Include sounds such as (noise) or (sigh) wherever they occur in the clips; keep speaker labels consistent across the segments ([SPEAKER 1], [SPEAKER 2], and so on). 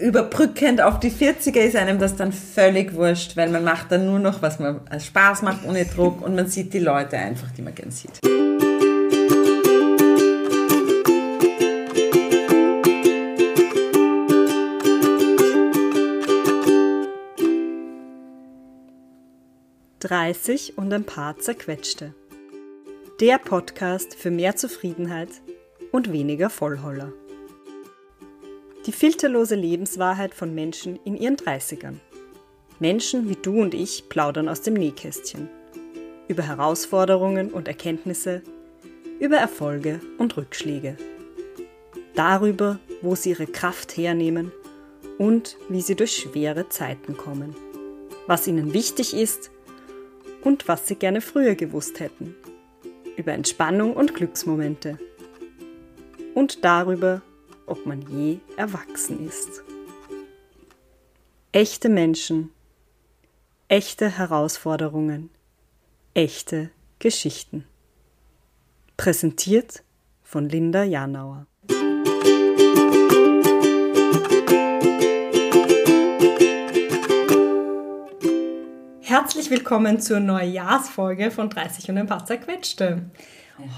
[SPEAKER 1] überbrückend auf die 40er ist einem das dann völlig wurscht, weil man macht dann nur noch, was man als Spaß macht, ohne Druck und man sieht die Leute einfach, die man gern sieht.
[SPEAKER 2] Dreißig und ein paar zerquetschte. Der Podcast für mehr Zufriedenheit und weniger Vollholler. Die filterlose Lebenswahrheit von Menschen in ihren 30ern. Menschen wie du und ich plaudern aus dem Nähkästchen. Über Herausforderungen und Erkenntnisse, über Erfolge und Rückschläge. Darüber, wo sie ihre Kraft hernehmen und wie sie durch schwere Zeiten kommen. Was ihnen wichtig ist und was sie gerne früher gewusst hätten. Über Entspannung und Glücksmomente. Und darüber, ob man je erwachsen ist. Echte Menschen, echte Herausforderungen, echte Geschichten. Präsentiert von Linda Janauer.
[SPEAKER 3] Herzlich willkommen zur Neujahrsfolge von 30 und ein paar zerquetschte.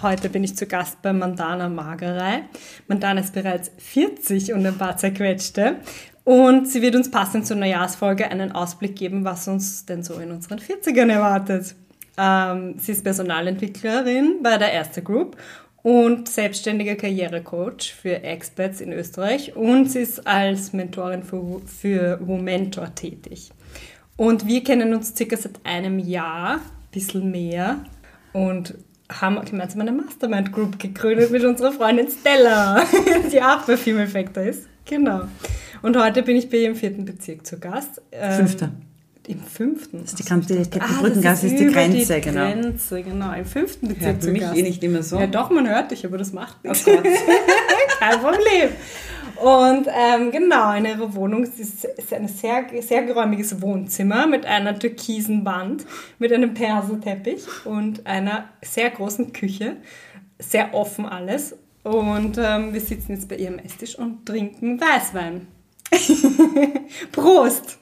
[SPEAKER 3] Heute bin ich zu Gast bei Mandana Magerei. Mandana ist bereits 40 und ein paar zerquetschte. Und sie wird uns passend zur Neujahrsfolge einen Ausblick geben, was uns denn so in unseren 40ern erwartet. Ähm, sie ist Personalentwicklerin bei der Erste Group und selbstständiger Karrierecoach für Expats in Österreich. Und sie ist als Mentorin für, für Womentor tätig. Und wir kennen uns circa seit einem Jahr, bisschen mehr. Und haben gemeinsam eine Mastermind Group gegründet mit unserer Freundin Stella, (laughs) die auch bei Female Factor ist. Genau. Und heute bin ich bei ihr im vierten Bezirk zu Gast. Ähm,
[SPEAKER 1] Fünfter.
[SPEAKER 3] Im fünften.
[SPEAKER 1] Das ist die Kante- die Brückengasse ist die
[SPEAKER 3] Ah, über
[SPEAKER 1] Grenze,
[SPEAKER 3] die
[SPEAKER 1] genau.
[SPEAKER 3] Grenze, genau. Im fünften Bezirk
[SPEAKER 1] Hört
[SPEAKER 3] zu
[SPEAKER 1] mich
[SPEAKER 3] Gast.
[SPEAKER 1] eh nicht immer so. Oh
[SPEAKER 3] Ja, doch, man hört dich, aber das macht nichts. (laughs) Kein Problem. Und ähm, genau, in ihrer Wohnung es ist ist ein sehr, sehr geräumiges Wohnzimmer mit einer türkisen Wand, mit einem Perserteppich und einer sehr großen Küche. Sehr offen alles. Und ähm, wir sitzen jetzt bei ihrem Esstisch und trinken Weißwein. (laughs) Prost!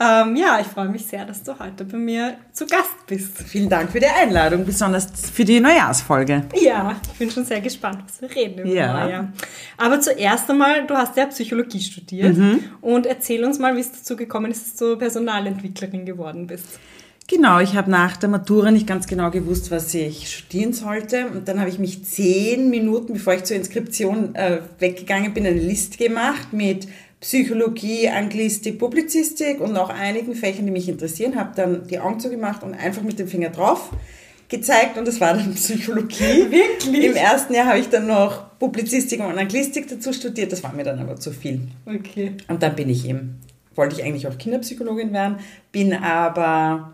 [SPEAKER 3] Ähm, ja, ich freue mich sehr, dass du heute bei mir zu Gast bist.
[SPEAKER 1] Vielen Dank für die Einladung, besonders für die Neujahrsfolge.
[SPEAKER 3] Ja, ich bin schon sehr gespannt, was wir reden über
[SPEAKER 1] Ja.
[SPEAKER 3] Neujahr. Aber zuerst einmal, du hast ja Psychologie studiert
[SPEAKER 1] Mhm.
[SPEAKER 3] und erzähl uns mal, wie es dazu gekommen ist, dass du Personalentwicklerin geworden bist.
[SPEAKER 1] Genau, ich habe nach der Matura nicht ganz genau gewusst, was ich studieren sollte. Und dann habe ich mich zehn Minuten, bevor ich zur Inskription äh, weggegangen bin, eine List gemacht mit Psychologie, Anglistik, Publizistik und noch einigen Fächern, die mich interessieren. Habe dann die Augen zugemacht und einfach mit dem Finger drauf gezeigt und das war dann (laughs) Psychologie.
[SPEAKER 3] Wirklich?
[SPEAKER 1] Im ersten Jahr habe ich dann noch Publizistik und Anglistik dazu studiert. Das war mir dann aber zu viel.
[SPEAKER 3] Okay.
[SPEAKER 1] Und dann bin ich eben, wollte ich eigentlich auch Kinderpsychologin werden, bin aber,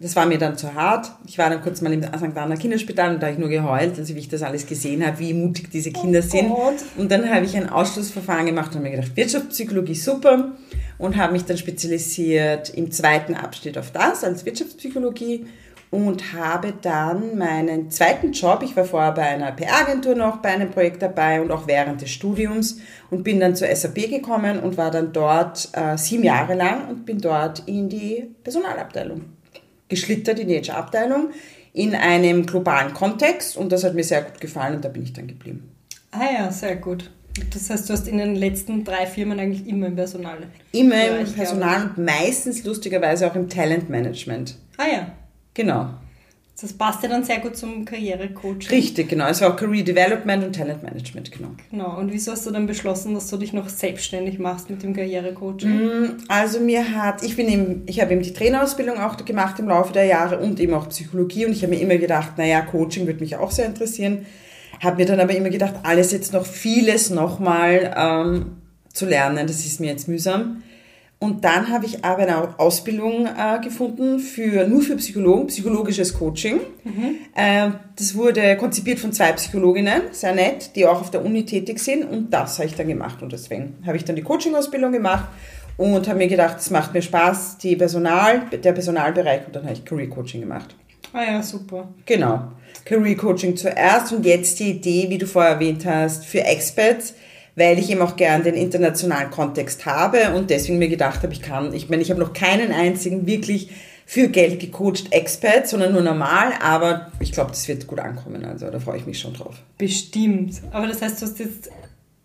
[SPEAKER 1] das war mir dann zu hart. Ich war dann kurz mal im St. Anna Kinderspital und da habe ich nur geheult, also wie ich das alles gesehen habe, wie mutig diese Kinder sind.
[SPEAKER 3] Gott.
[SPEAKER 1] Und dann habe ich ein Ausschlussverfahren gemacht und habe mir gedacht, Wirtschaftspsychologie super und habe mich dann spezialisiert im zweiten Abschnitt auf das als Wirtschaftspsychologie und habe dann meinen zweiten Job, ich war vorher bei einer PR-Agentur noch bei einem Projekt dabei und auch während des Studiums und bin dann zur SAP gekommen und war dann dort äh, sieben Jahre lang und bin dort in die Personalabteilung geschlittert in die HR-Abteilung in einem globalen Kontext und das hat mir sehr gut gefallen und da bin ich dann geblieben.
[SPEAKER 3] Ah ja, sehr gut. Das heißt, du hast in den letzten drei Firmen eigentlich immer im Personal.
[SPEAKER 1] Immer
[SPEAKER 3] Ja,
[SPEAKER 1] im
[SPEAKER 3] ich
[SPEAKER 1] Personal und meistens lustigerweise auch im Talentmanagement.
[SPEAKER 3] Ah ja.
[SPEAKER 1] Genau.
[SPEAKER 3] Das passt ja dann sehr gut zum Karrierecoach.
[SPEAKER 1] Richtig, genau. Es war auch Career Development und Talentmanagement, genau.
[SPEAKER 3] Genau. Und wieso hast du dann beschlossen, dass du dich noch selbstständig machst mit dem Karrierecoaching?
[SPEAKER 1] Also mir hat, ich bin eben, ich habe eben die Trainerausbildung auch gemacht im Laufe der Jahre und eben auch Psychologie und ich habe mir immer gedacht, naja, Coaching würde mich auch sehr interessieren. Habe mir dann aber immer gedacht, alles jetzt noch, vieles nochmal ähm, zu lernen, das ist mir jetzt mühsam. Und dann habe ich aber eine Ausbildung äh, gefunden für nur für Psychologen, psychologisches Coaching. Ähm, das wurde konzipiert von zwei Psychologinnen, sehr nett, die auch auf der Uni tätig sind. Und das habe ich dann gemacht. Und deswegen habe ich dann die Coaching-Ausbildung gemacht und habe mir gedacht, es macht mir Spaß, die Personal, der Personalbereich. Und dann habe ich Career Coaching gemacht.
[SPEAKER 3] Ah ja, super.
[SPEAKER 1] Genau. Career Coaching zuerst und jetzt die Idee, wie du vorher erwähnt hast, für Expats, weil ich eben auch gern den internationalen Kontext habe und deswegen mir gedacht habe, ich kann, ich meine, ich habe noch keinen einzigen wirklich für Geld gecoacht Expat, sondern nur normal, aber ich glaube, das wird gut ankommen, also da freue ich mich schon drauf.
[SPEAKER 3] Bestimmt. Aber das heißt, du hast jetzt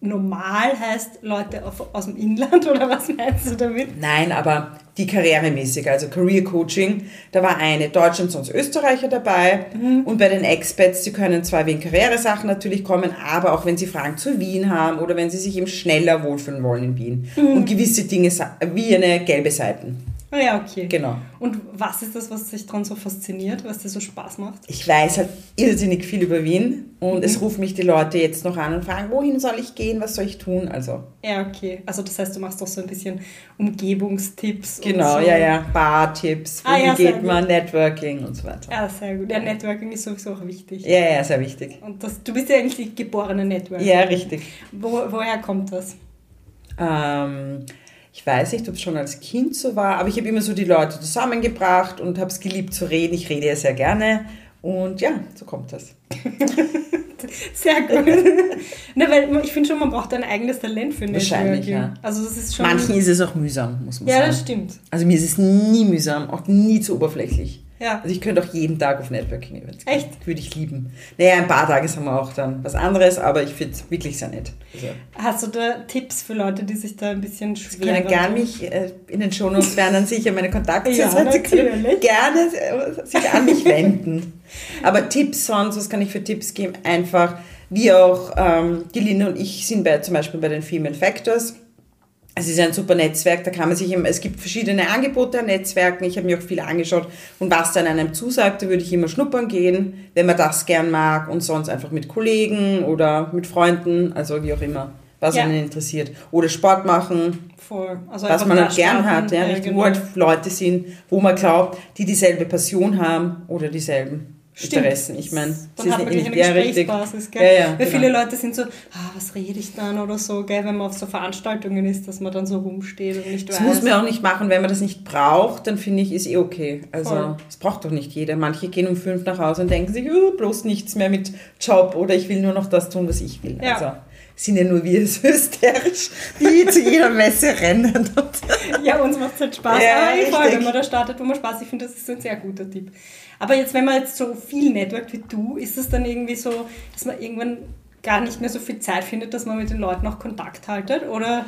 [SPEAKER 3] normal heißt Leute auf, aus dem Inland (laughs) oder was meinst du damit?
[SPEAKER 1] Nein, aber die karrieremäßige, also Career Coaching, da war eine Deutschland sonst Österreicher dabei mhm. und bei den Expats, die können zwar wegen Karrieresachen natürlich kommen, aber auch wenn sie Fragen zu Wien haben oder wenn sie sich eben schneller wohlfühlen wollen in Wien mhm. und gewisse Dinge wie eine gelbe Seiten.
[SPEAKER 3] Ah ja, okay.
[SPEAKER 1] Genau.
[SPEAKER 3] Und was ist das, was dich daran so fasziniert, was dir so Spaß macht?
[SPEAKER 1] Ich weiß halt irrsinnig viel über Wien und mhm. es rufen mich die Leute jetzt noch an und fragen, wohin soll ich gehen, was soll ich tun? Also.
[SPEAKER 3] Ja, okay. Also das heißt, du machst doch so ein bisschen Umgebungstipps.
[SPEAKER 1] Genau,
[SPEAKER 3] und so.
[SPEAKER 1] ja, ja. Bar-Tipps, wohin ah, ja, geht man, gut. Networking und so weiter.
[SPEAKER 3] Ja, sehr gut. Ja, Networking ist sowieso auch wichtig.
[SPEAKER 1] Ja, ja, sehr wichtig.
[SPEAKER 3] Und das, du bist ja eigentlich die geborene Networker.
[SPEAKER 1] Ja, richtig.
[SPEAKER 3] Wo, woher kommt das?
[SPEAKER 1] Ähm, ich weiß nicht, ob es schon als Kind so war, aber ich habe immer so die Leute zusammengebracht und habe es geliebt zu reden. Ich rede ja sehr gerne und ja, so kommt das. (laughs)
[SPEAKER 3] sehr gut. Na, weil ich finde schon, man braucht ein eigenes Talent für Networking.
[SPEAKER 1] Wahrscheinlich, ja.
[SPEAKER 3] Also das ist schon
[SPEAKER 1] Manchen ist es auch mühsam, muss man
[SPEAKER 3] ja,
[SPEAKER 1] sagen.
[SPEAKER 3] Ja, das stimmt.
[SPEAKER 1] Also mir ist es nie mühsam, auch nie zu oberflächlich.
[SPEAKER 3] Ja.
[SPEAKER 1] Also ich könnte auch jeden Tag auf Networking-Events
[SPEAKER 3] gehen. Echt?
[SPEAKER 1] Würde ich lieben. Naja, ein paar Tage haben wir auch dann was anderes, aber ich finde es wirklich sehr nett. Also
[SPEAKER 3] Hast du da Tipps für Leute, die sich da ein bisschen schwer
[SPEAKER 1] Sie können gerne mich äh, in den Shownotes werden dann sicher meine
[SPEAKER 3] (laughs)
[SPEAKER 1] Kontakte. ja, Sie
[SPEAKER 3] natürlich.
[SPEAKER 1] Gerne äh, sich an mich wenden. Aber Tipps sonst, was kann ich für Tipps geben? Einfach, wie auch ähm, die Linde und ich sind bei, zum Beispiel bei den Female Factors. Es ist ein super Netzwerk, da kann man sich immer, es gibt verschiedene Angebote an Netzwerken, ich habe mir auch viel angeschaut und was dann einem zusagt, da würde ich immer schnuppern gehen, wenn man das gern mag und sonst einfach mit Kollegen oder mit Freunden, also wie auch immer, was
[SPEAKER 3] Ja.
[SPEAKER 1] einen interessiert. Oder Sport machen,
[SPEAKER 3] Voll. Also
[SPEAKER 1] was
[SPEAKER 3] einfach
[SPEAKER 1] man
[SPEAKER 3] da
[SPEAKER 1] halt gern
[SPEAKER 3] starten,
[SPEAKER 1] hat, ja,
[SPEAKER 3] äh,
[SPEAKER 1] richtig,
[SPEAKER 3] genau.
[SPEAKER 1] wo halt Leute sind, wo man glaubt, die dieselbe Passion haben oder dieselben
[SPEAKER 3] Stimmt.
[SPEAKER 1] Interessen. Ich meine, es
[SPEAKER 3] Dann hat man gleich eine Gesprächsbasis, gell?
[SPEAKER 1] Ja, ja,
[SPEAKER 3] Weil
[SPEAKER 1] genau.
[SPEAKER 3] viele Leute sind so, ah, was rede ich dann oder so, gell, wenn man auf so Veranstaltungen ist, dass man dann so rumsteht und nicht
[SPEAKER 1] Das
[SPEAKER 3] weiß.
[SPEAKER 1] muss man auch nicht machen, wenn man das nicht braucht, dann finde ich, ist eh okay.
[SPEAKER 3] Voll.
[SPEAKER 1] Also es braucht doch nicht jeder. Manche gehen um fünf nach Hause und denken sich, oh, bloß nichts mehr mit Job oder ich will nur noch das tun, was ich will.
[SPEAKER 3] Ja.
[SPEAKER 1] Also sind ja nur wir (laughs) so hysterisch, die zu jeder Messe rennen.
[SPEAKER 3] ja, uns macht es halt Spaß.
[SPEAKER 1] Ja,
[SPEAKER 3] aber ich freue,
[SPEAKER 1] richtig.
[SPEAKER 3] wenn man da startet, wo man Spaß hat. Ich finde, das ist ein sehr guter Tipp. Aber jetzt, wenn man jetzt so viel networkt wie du, ist es dann irgendwie so, dass man irgendwann gar nicht mehr so viel Zeit findet, dass man mit den Leuten auch Kontakt haltet? Oder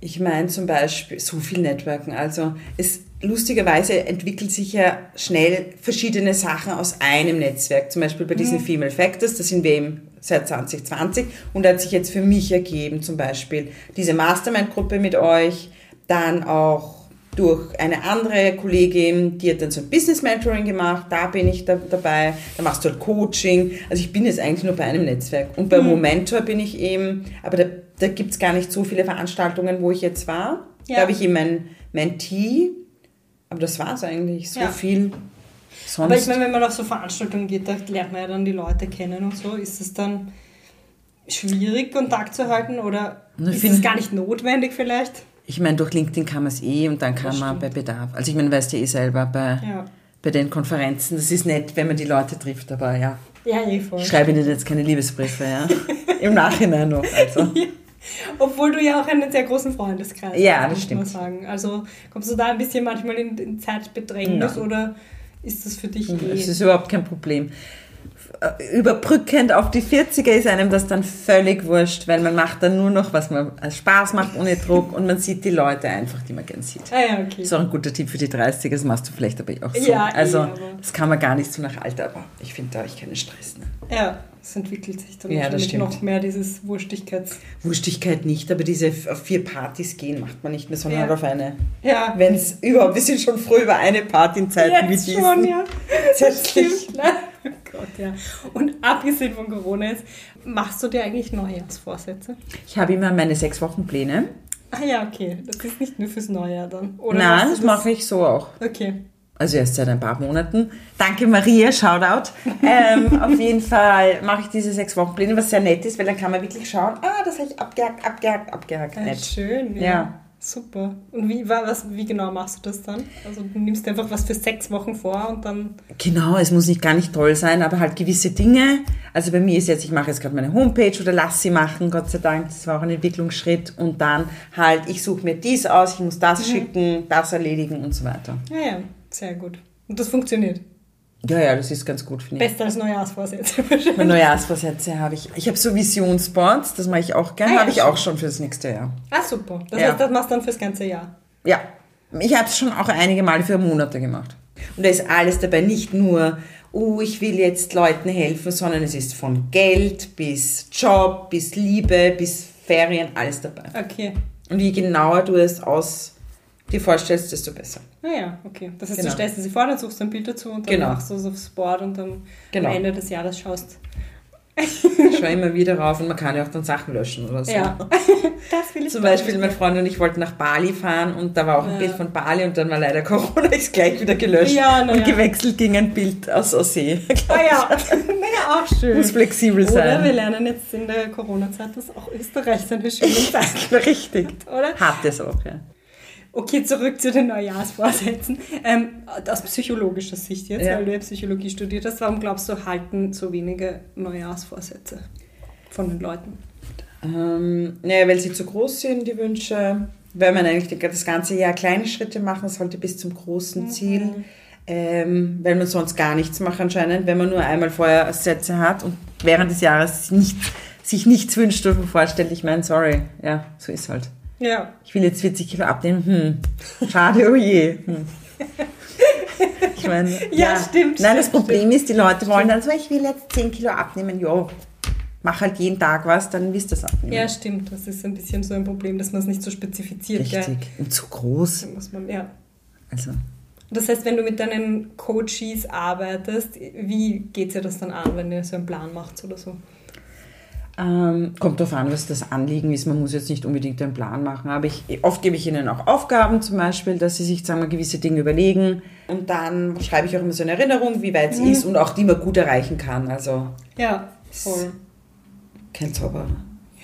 [SPEAKER 1] Ich meine zum Beispiel so viel Networken. Also es lustigerweise entwickelt sich ja schnell verschiedene Sachen aus einem Netzwerk. Zum Beispiel bei diesen Female Factors, da sind wir eben seit 2020 und da hat sich jetzt für mich ergeben zum Beispiel diese Mastermind-Gruppe mit euch, dann auch durch eine andere Kollegin, die hat dann so ein Business Mentoring gemacht, da bin ich da, dabei, da machst du halt Coaching. Also ich bin jetzt eigentlich nur bei einem Netzwerk. Und
[SPEAKER 3] Mhm.
[SPEAKER 1] bei Momentor bin ich eben, aber da, da gibt's gar nicht so viele Veranstaltungen, wo ich jetzt war.
[SPEAKER 3] Ja.
[SPEAKER 1] Da habe ich eben mein Mentee, aber das war's eigentlich. So
[SPEAKER 3] Ja.
[SPEAKER 1] viel sonst.
[SPEAKER 3] Aber ich meine, wenn man auf so Veranstaltungen geht, da lernt man ja dann die Leute kennen und so. Ist es dann schwierig, Kontakt zu halten oder
[SPEAKER 1] Na, ich
[SPEAKER 3] ist
[SPEAKER 1] Ne, find-
[SPEAKER 3] es gar nicht notwendig vielleicht?
[SPEAKER 1] Ich meine, durch LinkedIn kann man es eh und dann kann man bei Bedarf. Also ich meine, weißt du eh selber bei,
[SPEAKER 3] Ja.
[SPEAKER 1] bei den Konferenzen, das ist nett, wenn man die Leute trifft, aber ja.
[SPEAKER 3] Ja, eh voll.
[SPEAKER 1] Ich schreibe Ihnen jetzt keine Liebesbriefe,
[SPEAKER 3] (laughs)
[SPEAKER 1] ja. Im Nachhinein noch. Also.
[SPEAKER 3] Obwohl du ja auch einen sehr großen Freundeskreis hast,
[SPEAKER 1] Ja, das
[SPEAKER 3] muss man
[SPEAKER 1] stimmt.
[SPEAKER 3] sagen. Also kommst du da ein bisschen manchmal in, in Zeitbedrängnis
[SPEAKER 1] Nein.
[SPEAKER 3] oder ist das für dich eh...
[SPEAKER 1] Es ist überhaupt kein Problem. Äh, Überbrückend auf die 40er ist einem das dann völlig wurscht, weil man macht dann nur noch, was man als Spaß macht, ohne Druck und man sieht die Leute einfach, die man gern sieht.
[SPEAKER 3] ah ja, okay.
[SPEAKER 1] Das ist auch ein guter Tipp für die 30er, das machst du vielleicht aber auch so.
[SPEAKER 3] Ja, eh,
[SPEAKER 1] also
[SPEAKER 3] aber-
[SPEAKER 1] das kann man gar nicht so nach Alter, aber ich finde, da habe ich keinen Stress. Ne?
[SPEAKER 3] Ja, es entwickelt sich dann
[SPEAKER 1] Ja, das
[SPEAKER 3] natürlich
[SPEAKER 1] stimmt.
[SPEAKER 3] noch mehr dieses Wurstigkeits...
[SPEAKER 1] Wurstigkeit nicht, aber diese f- auf vier Partys gehen macht man nicht mehr, sondern
[SPEAKER 3] Ja.
[SPEAKER 1] halt auf eine.
[SPEAKER 3] Ja,
[SPEAKER 1] Wenn es überhaupt, wir sind schon früh über eine Party in Zeiten
[SPEAKER 3] Jetzt
[SPEAKER 1] wie diesen.
[SPEAKER 3] schon, ja. Das
[SPEAKER 1] Tatsächlich.
[SPEAKER 3] (laughs) stimmt. Ne? Oh Gott, ja. Und abgesehen von Corona jetzt, machst du dir eigentlich Neujahrsvorsätze?
[SPEAKER 1] Ich habe immer meine sechs Wochen Pläne.
[SPEAKER 3] Ah ja, okay. Das ist nicht nur fürs Neujahr dann. Oder
[SPEAKER 1] Nein,
[SPEAKER 3] machst
[SPEAKER 1] das
[SPEAKER 3] du
[SPEAKER 1] mache ich so auch.
[SPEAKER 3] Okay.
[SPEAKER 1] Also erst seit ein paar Monaten. Danke Maria,
[SPEAKER 3] (laughs)
[SPEAKER 1] Shoutout. Ähm, auf jeden Fall mache ich diese sechs Wochen Pläne, was sehr nett ist, weil dann kann man wirklich schauen, ah, das habe ich abgehakt, abgehakt, abgehakt.
[SPEAKER 3] Ah,
[SPEAKER 1] nett.
[SPEAKER 3] schön. Ja.
[SPEAKER 1] Ja.
[SPEAKER 3] Super. Und wie, wa- was, wie genau machst du das dann? Also du nimmst dir einfach was für sechs Wochen vor und dann
[SPEAKER 1] Genau, es muss nicht gar nicht toll sein, aber halt gewisse Dinge. Also bei mir ist jetzt, ich mache jetzt gerade meine Homepage oder lass sie machen, Gott sei Dank, das war auch ein Entwicklungsschritt. Und dann halt, ich suche mir dies aus, ich muss
[SPEAKER 3] Mhm.
[SPEAKER 1] das schicken, das erledigen und so weiter.
[SPEAKER 3] Ja, ja, sehr gut. Und das funktioniert.
[SPEAKER 1] Ja, ja, das ist ganz gut, finde ich.
[SPEAKER 3] Besser als Neujahrsvorsätze. (laughs)
[SPEAKER 1] Meine Neujahrsvorsätze habe ich. Ich habe so Visionsboards, das mache ich auch gerne,
[SPEAKER 3] Ah, ja,
[SPEAKER 1] habe ich
[SPEAKER 3] schön.
[SPEAKER 1] auch schon fürs nächste Jahr.
[SPEAKER 3] ah, super. Das
[SPEAKER 1] Ja.
[SPEAKER 3] heißt, das machst du dann fürs ganze Jahr.
[SPEAKER 1] Ja, ich habe es schon auch einige Male für Monate gemacht. Und da ist alles dabei, nicht nur, oh, ich will jetzt Leuten helfen, sondern es ist von Geld bis Job, bis Liebe, bis Ferien, alles dabei.
[SPEAKER 3] Okay.
[SPEAKER 1] Und je genauer du es aus dir vorstellst, desto besser.
[SPEAKER 3] Naja, Ah okay. Das heißt,
[SPEAKER 1] Genau.
[SPEAKER 3] du stellst dir sie vor, dann suchst du ein Bild dazu und dann
[SPEAKER 1] Genau.
[SPEAKER 3] machst du es aufs Board und dann
[SPEAKER 1] Genau.
[SPEAKER 3] am Ende des Jahres schaust.
[SPEAKER 1] Ich schaue immer wieder rauf und man kann ja auch dann Sachen löschen oder so. (laughs)
[SPEAKER 3] Ja. das will ich
[SPEAKER 1] Zum
[SPEAKER 3] doch
[SPEAKER 1] Beispiel
[SPEAKER 3] nicht.
[SPEAKER 1] mein Freund und ich wollten nach Bali fahren und da war auch ein
[SPEAKER 3] Ja.
[SPEAKER 1] Bild von Bali und dann war leider Corona, (laughs) ist gleich wieder gelöscht
[SPEAKER 3] Ja, na
[SPEAKER 1] und
[SPEAKER 3] ja.
[SPEAKER 1] gewechselt ging ein Bild aus Aussee.
[SPEAKER 3] Ah ja, naja, auch
[SPEAKER 1] (laughs)
[SPEAKER 3] schön.
[SPEAKER 1] Muss flexibel
[SPEAKER 3] Oder wir
[SPEAKER 1] sein.
[SPEAKER 3] lernen jetzt in der Corona-Zeit, dass auch Österreich
[SPEAKER 1] (laughs)
[SPEAKER 3] seine schönen
[SPEAKER 1] (laughs)
[SPEAKER 3] Sachen
[SPEAKER 1] Richtig.
[SPEAKER 3] hat, oder?
[SPEAKER 1] Habt ihr es auch, ja.
[SPEAKER 3] Okay, zurück zu den Neujahrsvorsätzen. Ähm, aus psychologischer Sicht jetzt,
[SPEAKER 1] Ja.
[SPEAKER 3] weil du ja Psychologie studiert hast, warum glaubst du, halten so wenige Neujahrsvorsätze von den Leuten?
[SPEAKER 1] Ähm, naja, weil sie zu groß sind, die Wünsche. Weil man eigentlich den- das ganze Jahr kleine Schritte machen sollte bis zum großen
[SPEAKER 3] Mhm.
[SPEAKER 1] Ziel. Ähm, weil man sonst gar nichts macht anscheinend, wenn man nur einmal vorher Sätze hat und während des Jahres nicht, sich nichts wünscht oder vorstellt. Ich meine, sorry, ja, so ist halt.
[SPEAKER 3] Ja.
[SPEAKER 1] Ich will jetzt 40 Kilo abnehmen, hm, schade, oh je. Hm. Ich meine,
[SPEAKER 3] (laughs) Ja, stimmt,
[SPEAKER 1] Nein, das
[SPEAKER 3] stimmt,
[SPEAKER 1] Problem ist, die Leute wollen dann so, ich will jetzt 10 Kilo abnehmen, jo, mach halt jeden Tag was, dann wirst du das abnehmen.
[SPEAKER 3] Ja, stimmt. Das ist ein bisschen so ein Problem, dass man es nicht so spezifiziert. Gell?
[SPEAKER 1] Richtig. Und zu groß.
[SPEAKER 3] Da muss man, ja.
[SPEAKER 1] Also,
[SPEAKER 3] Das heißt, wenn du mit deinen Coaches arbeitest, wie geht dir das dann an, wenn ihr so einen Plan macht oder so?
[SPEAKER 1] ähm, kommt darauf an, was das Anliegen ist. Man muss jetzt nicht unbedingt einen Plan machen. Aber ich, oft gebe ich ihnen auch Aufgaben, zum Beispiel, dass sie sich sagen wir, gewisse Dinge überlegen. Und dann schreibe ich auch immer so eine Erinnerung, wie weit sie
[SPEAKER 3] Mhm.
[SPEAKER 1] ist und auch die man gut erreichen kann. Also,
[SPEAKER 3] Ja, voll.
[SPEAKER 1] kein Zauberer.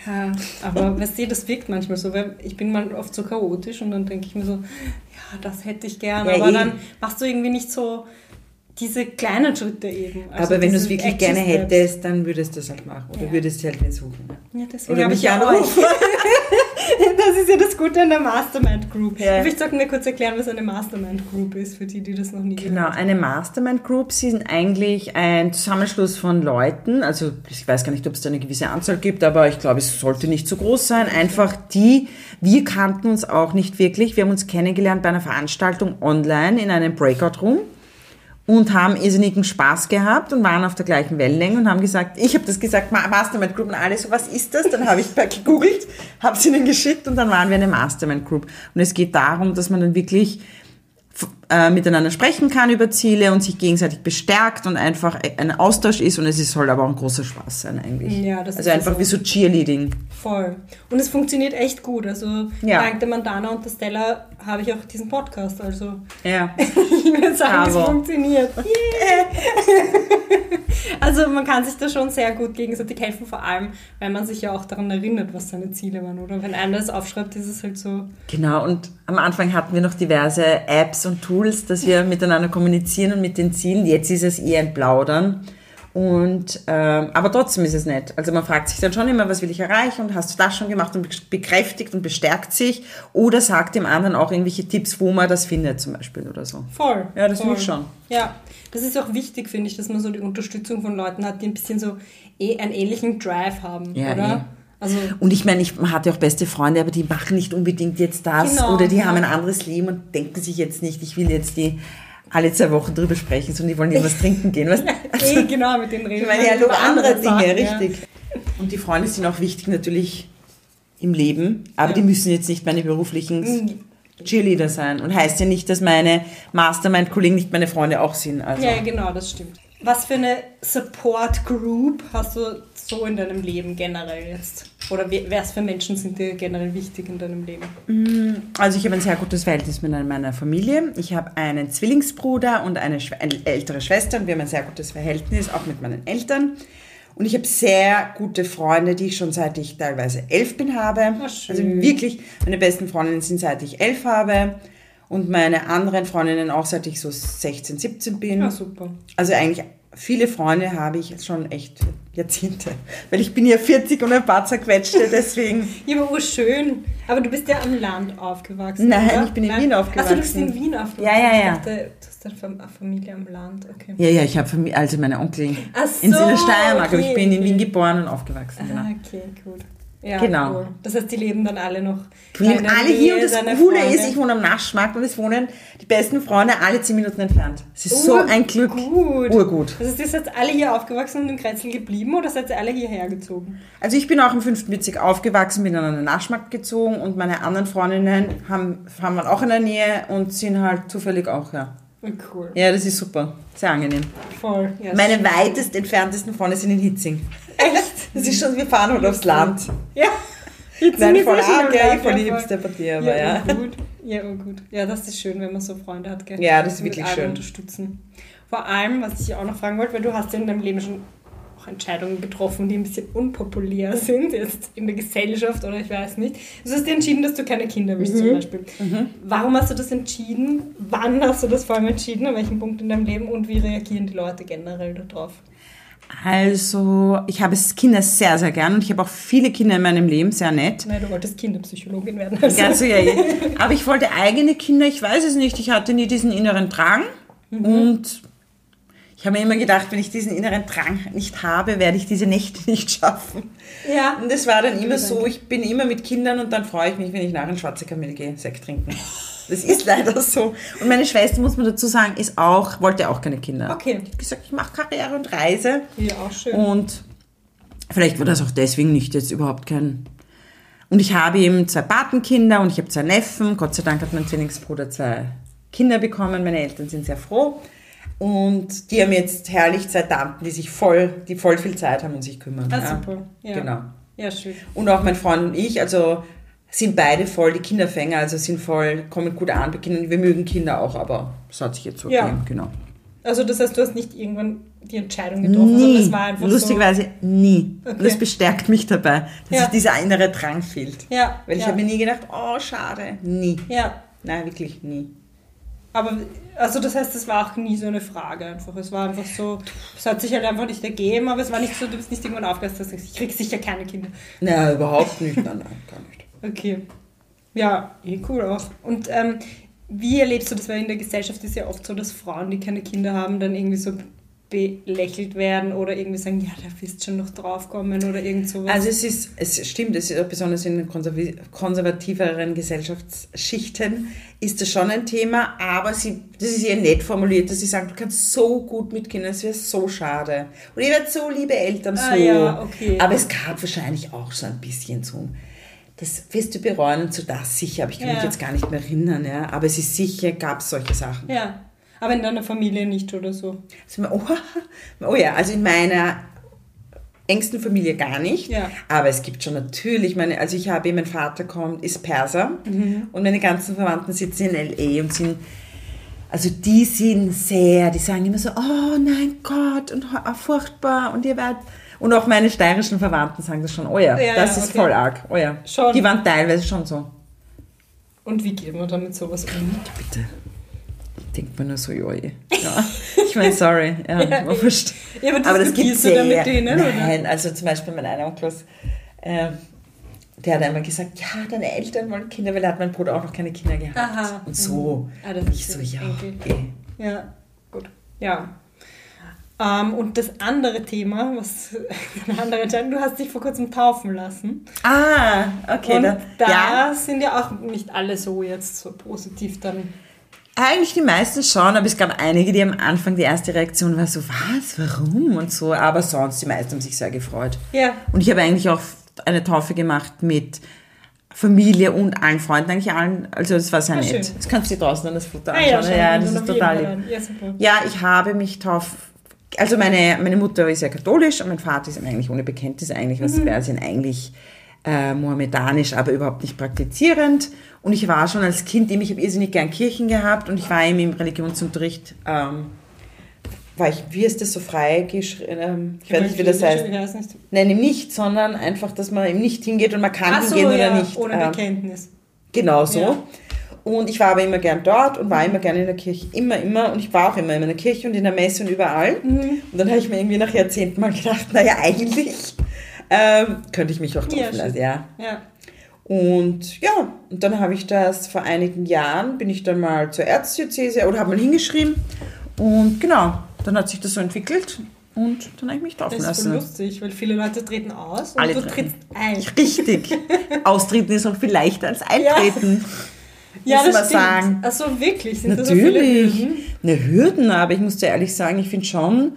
[SPEAKER 3] Ja, aber weißt du, das wirkt manchmal so, weil ich bin mal oft so chaotisch und dann denke ich mir so, ja, das hätte ich gern,
[SPEAKER 1] Ja,
[SPEAKER 3] aber
[SPEAKER 1] eh.
[SPEAKER 3] dann machst du irgendwie nicht so diese kleinen Schritte eben. Also
[SPEAKER 1] aber wenn du es wirklich gerne
[SPEAKER 3] hättest
[SPEAKER 1] hättest, dann würdest du es halt machen. Oder
[SPEAKER 3] Ja.
[SPEAKER 1] würdest du halt nicht suchen. ne?
[SPEAKER 3] Ja, deswegen
[SPEAKER 1] Oder
[SPEAKER 3] habe ich
[SPEAKER 1] mich
[SPEAKER 3] ja
[SPEAKER 1] anrufen.
[SPEAKER 3] euch. (laughs) das ist ja das Gute an der Mastermind Group.
[SPEAKER 1] Ja.
[SPEAKER 3] Vielleicht sollten wir kurz erklären, was eine Mastermind Group ist, für die, die das noch nie
[SPEAKER 1] Genau, eine Mastermind Group, sie sind eigentlich ein Zusammenschluss von Leuten, also ich weiß gar nicht, ob es da eine gewisse Anzahl gibt, aber ich glaube, es sollte nicht zu groß sein, einfach die, wir kannten uns auch nicht wirklich, wir haben uns kennengelernt bei einer Veranstaltung online in einem Breakout Room und haben irrsinnigen Spaß gehabt und waren auf der gleichen Wellenlänge und haben gesagt, ich habe das gesagt, Ma- Mastermind Group und alle so, was ist das? Dann habe ich (laughs) bei- gegoogelt, habe es ihnen geschickt und dann waren wir eine Mastermind Group. Und es geht darum, dass man dann wirklich f- äh, miteinander sprechen kann über Ziele und sich gegenseitig bestärkt und einfach e, ein Austausch ist und es ist, soll aber auch ein großer Spaß sein eigentlich.
[SPEAKER 3] Ja, das
[SPEAKER 1] also
[SPEAKER 3] ist
[SPEAKER 1] einfach
[SPEAKER 3] so.
[SPEAKER 1] wie so Cheerleading.
[SPEAKER 3] Voll. Und es funktioniert echt gut. Also
[SPEAKER 1] Ja.
[SPEAKER 3] dank der Mandana und der Stella habe ich auch diesen Podcast. Also (laughs)
[SPEAKER 1] Ja.
[SPEAKER 3] ich würde sagen, es
[SPEAKER 1] Bravo.
[SPEAKER 3] funktioniert. Yeah. (laughs) also man kann sich da schon sehr gut gegenseitig helfen, vor allem, weil man sich ja auch daran erinnert, was seine Ziele waren. Oder wenn einer das aufschreibt, ist es halt so.
[SPEAKER 1] Genau, und am Anfang hatten wir noch diverse Apps und Tools, dass wir miteinander kommunizieren und mit den Zielen. Jetzt ist es eher ein Plaudern. Und, ähm, aber trotzdem ist es nett. Also man fragt sich dann schon immer, was will ich erreichen und hast du das schon gemacht und bekräftigt und bestärkt sich oder sagt dem anderen auch irgendwelche Tipps, wo man das findet zum Beispiel oder so.
[SPEAKER 3] Voll.
[SPEAKER 1] Ja, das
[SPEAKER 3] voll.
[SPEAKER 1] finde ich schon.
[SPEAKER 3] Ja, das ist auch wichtig, finde ich, dass man so die Unterstützung von Leuten hat, die ein bisschen so eh einen ähnlichen Drive haben,
[SPEAKER 1] Ja, eh.
[SPEAKER 3] oder? Also,
[SPEAKER 1] Und ich meine, ich hatte auch beste Freunde, aber die machen nicht unbedingt jetzt das
[SPEAKER 3] Genau,
[SPEAKER 1] oder die
[SPEAKER 3] ja.
[SPEAKER 1] haben ein anderes Leben und denken sich jetzt nicht, ich will jetzt die alle zwei Wochen drüber sprechen, sondern die wollen irgendwas trinken gehen. Weißt? Also-
[SPEAKER 3] eh, genau, mit denen reden
[SPEAKER 1] Ich meine,
[SPEAKER 3] wir
[SPEAKER 1] ja,
[SPEAKER 3] über
[SPEAKER 1] nur andere Dinge,
[SPEAKER 3] Sachen, ja.
[SPEAKER 1] richtig. Und die Freunde sind auch wichtig natürlich im Leben, aber die müssen jetzt nicht meine beruflichen
[SPEAKER 3] Mhm.
[SPEAKER 1] Cheerleader sein. Und heißt ja nicht, dass meine Mastermind-Kollegen nicht meine Freunde auch sind. Also.
[SPEAKER 3] Ja, genau, das stimmt. Was für eine Support Group hast du so in deinem Leben generell jetzt? Oder we- was für Menschen sind dir generell wichtig in deinem Leben?
[SPEAKER 1] also ich habe ein sehr gutes Verhältnis mit meiner Familie. Ich habe einen Zwillingsbruder und eine Schw- eine ältere Schwester und wir haben ein sehr gutes Verhältnis, auch mit meinen Eltern. Und ich habe sehr gute Freunde, die ich schon seit ich teilweise elf bin habe.
[SPEAKER 3] Ach, schön.
[SPEAKER 1] Also wirklich, meine besten Freundinnen sind seit ich elf habe. Und meine anderen Freundinnen auch seit ich so 16, 17 bin.
[SPEAKER 3] Ja, super.
[SPEAKER 1] Also eigentlich viele Freunde habe ich jetzt schon echt Jahrzehnte. Weil ich bin ja 40 und ein paar zerquetschte, deswegen.
[SPEAKER 3] Ja, aber urschön. Aber du bist ja am Land aufgewachsen.
[SPEAKER 1] Nein,
[SPEAKER 3] oder?
[SPEAKER 1] ich bin in Wien aufgewachsen.
[SPEAKER 3] Achso, du bist in Wien aufgewachsen.
[SPEAKER 1] Ja, ja, ja.
[SPEAKER 3] Ich dachte, du hast eine Fam- eine Familie am Land. Okay.
[SPEAKER 1] Ja, ja, ich habe Familie, also meine Onkel
[SPEAKER 3] Ach
[SPEAKER 1] in
[SPEAKER 3] so,
[SPEAKER 1] der Steiermark, aber ich
[SPEAKER 3] okay,
[SPEAKER 1] bin in
[SPEAKER 3] okay.
[SPEAKER 1] Wien geboren und aufgewachsen. Genau.
[SPEAKER 3] Ah, okay, gut. Ja,
[SPEAKER 1] Genau.
[SPEAKER 3] Cool. Das heißt, die leben dann alle noch.
[SPEAKER 1] Wir leben
[SPEAKER 3] deine
[SPEAKER 1] alle
[SPEAKER 3] Nähe,
[SPEAKER 1] hier und
[SPEAKER 3] deine
[SPEAKER 1] das Coole
[SPEAKER 3] Freunde.
[SPEAKER 1] ist, ich wohne am Naschmarkt und es wohnen die besten Freunde alle 10 Minuten entfernt. Es ist so ein Glück.
[SPEAKER 3] Gut.
[SPEAKER 1] Urgut.
[SPEAKER 3] Das heißt, Also, ihr seid alle hier aufgewachsen und in Kretzel geblieben oder seid ihr alle hierher gezogen?
[SPEAKER 1] Also ich bin auch im fünften Bezirk aufgewachsen, bin dann an den Naschmarkt gezogen und meine anderen Freundinnen haben, haben wir auch in der Nähe und sind halt zufällig auch, ja.
[SPEAKER 3] Oh, Cool.
[SPEAKER 1] Ja, das ist super. Sehr angenehm.
[SPEAKER 3] Voll. Ja,
[SPEAKER 1] Meine (laughs)
[SPEAKER 3] schön.
[SPEAKER 1] weitest entferntesten Freunde sind in Hitzing.
[SPEAKER 3] Echt?
[SPEAKER 1] Das ist schon, wir fahren halt aufs Land.
[SPEAKER 3] Ja. Jetzt
[SPEAKER 1] Nein,
[SPEAKER 3] sind wir
[SPEAKER 1] voll
[SPEAKER 3] schon
[SPEAKER 1] arg,
[SPEAKER 3] am
[SPEAKER 1] ja,
[SPEAKER 3] Land,
[SPEAKER 1] ich voll die
[SPEAKER 3] voll.
[SPEAKER 1] Hipster-Partie, aber
[SPEAKER 3] Ja,
[SPEAKER 1] ja.
[SPEAKER 3] oh gut. Ja, oh gut. Ja, das ist schön, wenn man so Freunde hat, gell?
[SPEAKER 1] Ja, das ist
[SPEAKER 3] Die mit
[SPEAKER 1] wirklich
[SPEAKER 3] allem
[SPEAKER 1] schön.
[SPEAKER 3] unterstützen. Vor allem, was ich auch noch fragen wollte, weil du hast ja in deinem Leben schon auch Entscheidungen getroffen, die ein bisschen unpopulär (laughs) sind, jetzt in der Gesellschaft oder ich weiß nicht. Du hast dir entschieden, dass du keine Kinder willst
[SPEAKER 1] Mhm.
[SPEAKER 3] zum Beispiel. Warum hast du das entschieden? Wann hast du das vor allem entschieden? An welchem Punkt in deinem Leben? Und wie reagieren die Leute generell darauf?
[SPEAKER 1] Also, ich habe es- Kinder sehr, sehr gern und ich habe auch viele Kinder in meinem Leben, sehr
[SPEAKER 3] (laughs)
[SPEAKER 1] nett.
[SPEAKER 3] Nein, du wolltest Kinderpsychologin werden. also
[SPEAKER 1] Ja, so, ja, ja. Aber ich wollte eigene Kinder, ich weiß es nicht, ich hatte nie diesen inneren Drang und ich habe mir immer gedacht, wenn ich diesen inneren Drang nicht habe, werde ich diese Nächte (laughs) nicht schaffen.
[SPEAKER 3] ja.
[SPEAKER 1] Und das war dann immer so, ich bin immer mit Kindern und dann freue ich mich, wenn ich nachher in schwarze Kamille gehe, Sekt trinken. Das ist leider so. Und meine Schwester, muss man dazu sagen, ist auch, wollte auch keine Kinder.
[SPEAKER 3] Okay.
[SPEAKER 1] Die hat gesagt, ich mache Karriere und Reise.
[SPEAKER 3] Ja, auch schön.
[SPEAKER 1] Und vielleicht war das auch deswegen nicht jetzt überhaupt kein. Und ich habe eben zwei Patenkinder und ich habe zwei Neffen. Gott sei Dank hat mein Zwillingsbruder zwei Kinder bekommen. Meine Eltern sind sehr froh. Und die haben jetzt herrlich zwei Tanten, die sich voll, die voll viel Zeit haben und sich kümmern.
[SPEAKER 3] Ah, super. Ja.
[SPEAKER 1] Genau.
[SPEAKER 3] Ja, schön.
[SPEAKER 1] Und auch mein Freund und ich, also sind beide voll die Kinderfänger, also sind voll, kommen gut an, beginnen, wir mögen Kinder auch, aber das hat sich jetzt so
[SPEAKER 3] Ja.
[SPEAKER 1] ergeben, genau.
[SPEAKER 3] Also das heißt, du hast nicht irgendwann die Entscheidung getroffen, sondern es war einfach
[SPEAKER 1] lustigerweise nie.
[SPEAKER 3] Okay.
[SPEAKER 1] Und das bestärkt mich dabei, dass
[SPEAKER 3] Ja.
[SPEAKER 1] ich dieser innere Drang fehlt.
[SPEAKER 3] so. Ja,
[SPEAKER 1] Weil ich
[SPEAKER 3] ja,
[SPEAKER 1] habe mir nie gedacht, oh, schade. Nie.
[SPEAKER 3] ja.
[SPEAKER 1] Nein, wirklich nie.
[SPEAKER 3] Aber also das heißt, es war auch nie so eine Frage einfach. Es war einfach so, es hat sich halt einfach nicht ergeben, aber es war nicht so, du bist nicht irgendwann aufgehört, dass du sagst, ich krieg sicher keine Kinder.
[SPEAKER 1] Nein, überhaupt nicht. Nein, nein, gar nicht.
[SPEAKER 3] Okay. Ja, eh cool auch. Und ähm, wie erlebst du das? Weil in der Gesellschaft ist ja oft so, dass Frauen, die keine Kinder haben, dann irgendwie so belächelt werden oder irgendwie sagen, ja, da wirst schon noch draufkommen oder irgend sowas.
[SPEAKER 1] Also es ist, es stimmt, es ist auch besonders in den konservi- konservativeren Gesellschaftsschichten ist das schon ein Thema, aber sie, das ist ihr nett formuliert, dass sie sagen, du kannst so gut mit Kindern, es wäre so schade. Und ihr werdet so liebe Eltern, so.
[SPEAKER 3] Ah ja, okay.
[SPEAKER 1] Aber es gab wahrscheinlich auch so ein bisschen so, das wirst du bereuen und so das sicher, aber ich kann
[SPEAKER 3] Ja.
[SPEAKER 1] mich jetzt gar nicht mehr erinnern, ja. aber es ist sicher, gab es solche Sachen.
[SPEAKER 3] ja. Aber in deiner Familie nicht oder so.
[SPEAKER 1] Also, oh, (laughs) oh ja, also in meiner engsten Familie gar nicht.
[SPEAKER 3] Ja.
[SPEAKER 1] Aber es gibt schon natürlich meine, also ich habe, mein Vater kommt, ist Perser
[SPEAKER 3] Mhm.
[SPEAKER 1] und meine ganzen Verwandten sitzen in LA und sind, also die sind sehr, die sagen immer so, oh nein Gott und oh, furchtbar und ihr werdet, und auch meine steirischen Verwandten sagen das schon, oh ja,
[SPEAKER 3] Ja,
[SPEAKER 1] das
[SPEAKER 3] ja,
[SPEAKER 1] ist
[SPEAKER 3] okay.
[SPEAKER 1] voll arg, oh ja.
[SPEAKER 3] Schon.
[SPEAKER 1] Die waren teilweise schon so,
[SPEAKER 3] Und wie geht man damit sowas um?
[SPEAKER 1] bitte. Denkt man nur so, ja, eh. ja. Ich meine, sorry, ja,
[SPEAKER 3] Ja,
[SPEAKER 1] wurscht.
[SPEAKER 3] Ja, eh, ne, aber
[SPEAKER 1] gibt's
[SPEAKER 3] diskutierst du dann
[SPEAKER 1] ja
[SPEAKER 3] mit denen,
[SPEAKER 1] Nein, also zum Beispiel mein einer Onkel, äh, der hat einmal gesagt, ja, deine Eltern wollen Kinder, weil er hat mein Bruder auch noch keine Kinder gehabt.
[SPEAKER 3] Aha.
[SPEAKER 1] Und so.
[SPEAKER 3] Mhm. Ah, das
[SPEAKER 1] ich
[SPEAKER 3] ist
[SPEAKER 1] so,
[SPEAKER 3] jetzt
[SPEAKER 1] ja, eh.
[SPEAKER 3] okay.
[SPEAKER 1] okay.
[SPEAKER 3] oder? Ja, gut. Ja. Ähm, und das andere Thema, was (laughs) eine andere Entscheidung, du hast dich vor kurzem taufen lassen.
[SPEAKER 1] Ah, okay.
[SPEAKER 3] und
[SPEAKER 1] da-
[SPEAKER 3] da
[SPEAKER 1] ja,
[SPEAKER 3] sind ja auch nicht alle so jetzt so positiv dann.
[SPEAKER 1] eigentlich die meisten schon, aber es gab einige, die am Anfang die erste Reaktion war so, was, warum und so. Aber sonst, die meisten haben sich sehr gefreut.
[SPEAKER 3] Ja.
[SPEAKER 1] Und ich habe eigentlich auch eine Taufe gemacht mit Familie und allen Freunden, eigentlich allen. Also es war sehr
[SPEAKER 3] Ah,
[SPEAKER 1] nett.
[SPEAKER 3] schön.
[SPEAKER 1] Jetzt kannst du dir draußen an das Foto
[SPEAKER 3] Ah
[SPEAKER 1] anschauen.
[SPEAKER 3] ja, schau,
[SPEAKER 1] ja, das
[SPEAKER 3] wenn du
[SPEAKER 1] ist
[SPEAKER 3] noch
[SPEAKER 1] total
[SPEAKER 3] jemanden-
[SPEAKER 1] lieb.
[SPEAKER 3] Ja, super.
[SPEAKER 1] Ja, ich habe mich tauf... Also meine, meine Mutter ist ja katholisch und mein Vater ist eigentlich ohne Bekenntnis eigentlich aus
[SPEAKER 3] Mhm.
[SPEAKER 1] Persien eigentlich äh, mohammedanisch, aber überhaupt nicht praktizierend. Und ich war schon als Kind, eben, ich habe irrsinnig gern Kirchen gehabt und ich war eben im Religionsunterricht ähm, war ich, wie ist das so frei geschrieben? Ähm, ich weiß nicht, wie das
[SPEAKER 3] Philipp,
[SPEAKER 1] heißt.
[SPEAKER 3] Ich weiß nicht.
[SPEAKER 1] Nein, im Nicht, sondern einfach, dass man im Nicht hingeht und man kann
[SPEAKER 3] Ach so,
[SPEAKER 1] hingehen
[SPEAKER 3] ja,
[SPEAKER 1] oder nicht.
[SPEAKER 3] ohne
[SPEAKER 1] Ähm,
[SPEAKER 3] Bekenntnis.
[SPEAKER 1] Genau so.
[SPEAKER 3] Ja.
[SPEAKER 1] Und ich war aber immer gern dort und war immer gern in der Kirche. Immer, immer. Und ich war auch immer in der Kirche und in der Messe und überall.
[SPEAKER 3] Mhm.
[SPEAKER 1] Und dann habe ich mir irgendwie nach Jahrzehnten mal gedacht, naja, eigentlich ähm, könnte ich mich auch
[SPEAKER 3] Ja,
[SPEAKER 1] taufen
[SPEAKER 3] schön.
[SPEAKER 1] lassen. Ja.
[SPEAKER 3] Ja.
[SPEAKER 1] Und ja, und dann habe ich das vor einigen Jahren, bin ich dann mal zur Erzdiözese oder habe mal hingeschrieben. Und genau, dann hat sich das so entwickelt und dann habe ich mich taufen
[SPEAKER 3] Das ist so
[SPEAKER 1] lassen.
[SPEAKER 3] lustig, weil viele Leute treten aus und
[SPEAKER 1] Alle
[SPEAKER 3] du
[SPEAKER 1] treten.
[SPEAKER 3] trittst ein. (laughs)
[SPEAKER 1] Richtig. Austreten ist auch viel leichter als eintreten.
[SPEAKER 3] Ja,
[SPEAKER 1] muss
[SPEAKER 3] das
[SPEAKER 1] man
[SPEAKER 3] stimmt.
[SPEAKER 1] sagen.
[SPEAKER 3] Ach so, wirklich? Sind Das Mhm. so
[SPEAKER 1] Natürlich.
[SPEAKER 3] viele Hürden?
[SPEAKER 1] Ne Hürden, aber ich muss dir ehrlich sagen, ich finde schon,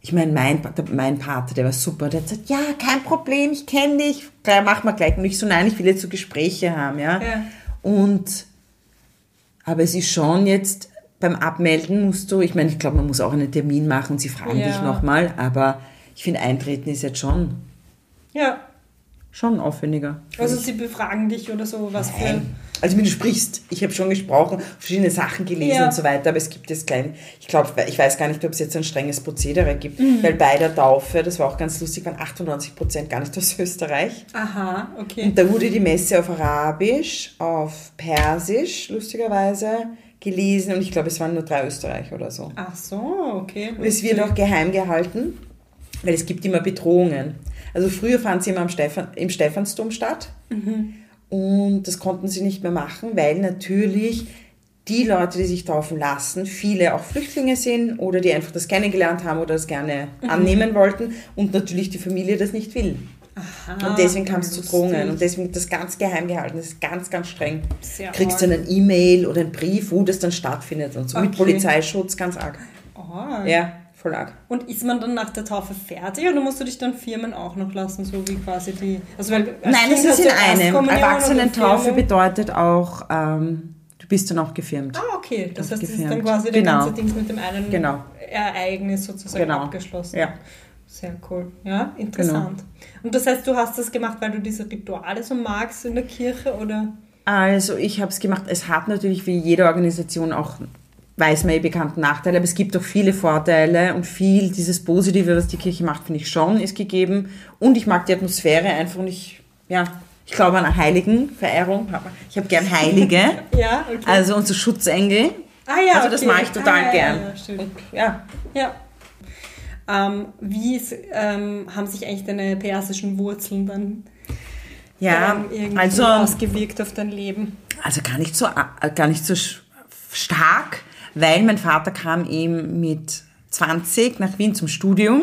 [SPEAKER 1] ich meine, mein, Pa- der- mein Pate, der war super, der hat gesagt, ja, kein Problem, ich kenne dich, gleich, mach mal gleich. Und ich so, nein, ich will jetzt so Gespräche haben, ja.
[SPEAKER 3] Ja.
[SPEAKER 1] Und, aber es ist schon jetzt, beim Abmelden musst du, ich meine, ich glaube, man muss auch einen Termin machen und sie fragen
[SPEAKER 3] Ja.
[SPEAKER 1] dich nochmal, aber ich finde, eintreten ist jetzt schon,
[SPEAKER 3] Ja.
[SPEAKER 1] schon aufwendiger.
[SPEAKER 3] Also sie befragen dich oder so, was für
[SPEAKER 1] Nein. Also wenn du sprichst, ich habe schon gesprochen, verschiedene Sachen gelesen
[SPEAKER 3] Ja.
[SPEAKER 1] und so weiter, aber es gibt jetzt kein, ich glaube, ich weiß gar nicht, ob es jetzt ein strenges Prozedere gibt, weil bei der Taufe, das war auch ganz lustig, waren 98 Prozent gar nicht aus Österreich.
[SPEAKER 3] Aha, okay.
[SPEAKER 1] Und da wurde die Messe auf Arabisch, auf Persisch, lustigerweise, gelesen und ich glaube, es waren nur drei Österreich oder so.
[SPEAKER 3] Ach so, okay.
[SPEAKER 1] Und es wird auch geheim gehalten, weil es gibt immer Bedrohungen. Also früher fand sie immer am Stefan, im Stephansdom statt
[SPEAKER 3] Mhm.
[SPEAKER 1] und das konnten sie nicht mehr machen, weil natürlich die Leute, die sich taufen lassen, viele auch Flüchtlinge sind oder die einfach das kennengelernt haben oder das gerne
[SPEAKER 3] Mhm.
[SPEAKER 1] annehmen wollten und natürlich die Familie das nicht will.
[SPEAKER 3] Aha,
[SPEAKER 1] und deswegen kam es zu
[SPEAKER 3] lustig.
[SPEAKER 1] Drohungen und deswegen wird das ganz geheim gehalten, das ist ganz, ganz streng.
[SPEAKER 3] Sehr
[SPEAKER 1] Kriegst
[SPEAKER 3] arg.
[SPEAKER 1] dann ein E-Mail oder ein Brief, wo das dann stattfindet und so mit
[SPEAKER 3] Okay. Ah.
[SPEAKER 1] Polizeischutz, ganz arg.
[SPEAKER 3] Arg.
[SPEAKER 1] Ja, voll arg.
[SPEAKER 3] Und ist man dann nach der Taufe fertig oder musst du dich dann Firmen auch noch lassen, so wie quasi die. Also weil
[SPEAKER 1] Nein,
[SPEAKER 3] als Kind
[SPEAKER 1] es ist
[SPEAKER 3] hast du
[SPEAKER 1] in
[SPEAKER 3] Erstkommunion
[SPEAKER 1] einem.
[SPEAKER 3] und dann
[SPEAKER 1] Erwachsenentaufe
[SPEAKER 3] Firmung.
[SPEAKER 1] bedeutet auch, ähm, du bist dann auch gefirmt.
[SPEAKER 3] Ah, okay. Das heißt, das ist dann
[SPEAKER 1] Abgefärbt.
[SPEAKER 3] quasi der
[SPEAKER 1] Genau.
[SPEAKER 3] ganze Dings mit dem einen
[SPEAKER 1] Genau.
[SPEAKER 3] Ereignis sozusagen
[SPEAKER 1] Genau.
[SPEAKER 3] abgeschlossen.
[SPEAKER 1] Ja. Genau.
[SPEAKER 3] Sehr cool. Ja, interessant. Und das heißt, du hast das gemacht, weil du diese Rituale so magst in der Kirche oder?
[SPEAKER 1] Also ich habe es gemacht. Es hat natürlich wie jede Organisation auch, weiß man eh bekannten Nachteile, aber es gibt auch viele Vorteile und viel dieses Positive, was die Kirche macht, finde ich schon, ist gegeben. Und ich mag die Atmosphäre einfach und ich, ja, ich glaube an Heiligen, Verehrung. Ich habe gern Heilige,
[SPEAKER 3] Ja, (laughs) okay.
[SPEAKER 1] also unsere Schutzengel.
[SPEAKER 3] ah, ja,
[SPEAKER 1] also das
[SPEAKER 3] okay.
[SPEAKER 1] mag ich total
[SPEAKER 3] ah, ja,
[SPEAKER 1] gern.
[SPEAKER 3] Ja, ja, schön.
[SPEAKER 1] Ja,
[SPEAKER 3] ja. Ähm, wie ist, ähm, haben sich eigentlich deine persischen Wurzeln dann
[SPEAKER 1] ja.
[SPEAKER 3] ähm, irgendwie
[SPEAKER 1] also
[SPEAKER 3] ausgewirkt auf dein Leben?
[SPEAKER 1] Also gar nicht so, äh, gar nicht so sch- stark, weil mein Vater kam eben mit 20 nach Wien zum Studium.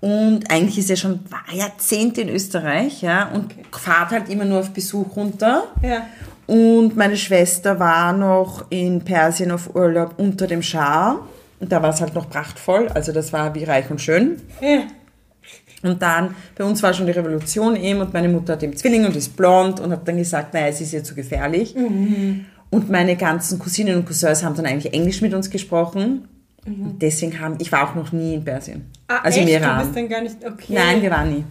[SPEAKER 1] Und eigentlich ist er schon war Jahrzehnte in Österreich, ja, und fahrt halt immer nur auf Besuch runter.
[SPEAKER 3] Ja.
[SPEAKER 1] Und meine Schwester war noch in Persien auf Urlaub unter dem Schar. Und da war es halt noch prachtvoll, also das war wie reich und schön.
[SPEAKER 3] Ja.
[SPEAKER 1] Und dann, bei uns war schon die Revolution eben und meine Mutter hat eben Zwillinge und ist blond und hat dann gesagt, naja, es ist ihr zu gefährlich.
[SPEAKER 3] Mhm.
[SPEAKER 1] Und meine ganzen Cousinen und Cousins haben dann eigentlich Englisch mit uns gesprochen. Und deswegen haben, ich war auch noch nie in Persien.
[SPEAKER 3] Mhm. Ah,
[SPEAKER 1] also
[SPEAKER 3] echt?
[SPEAKER 1] im
[SPEAKER 3] Du
[SPEAKER 1] Iran.
[SPEAKER 3] bist dann gar nicht, okay.
[SPEAKER 1] Nein, wir waren nie.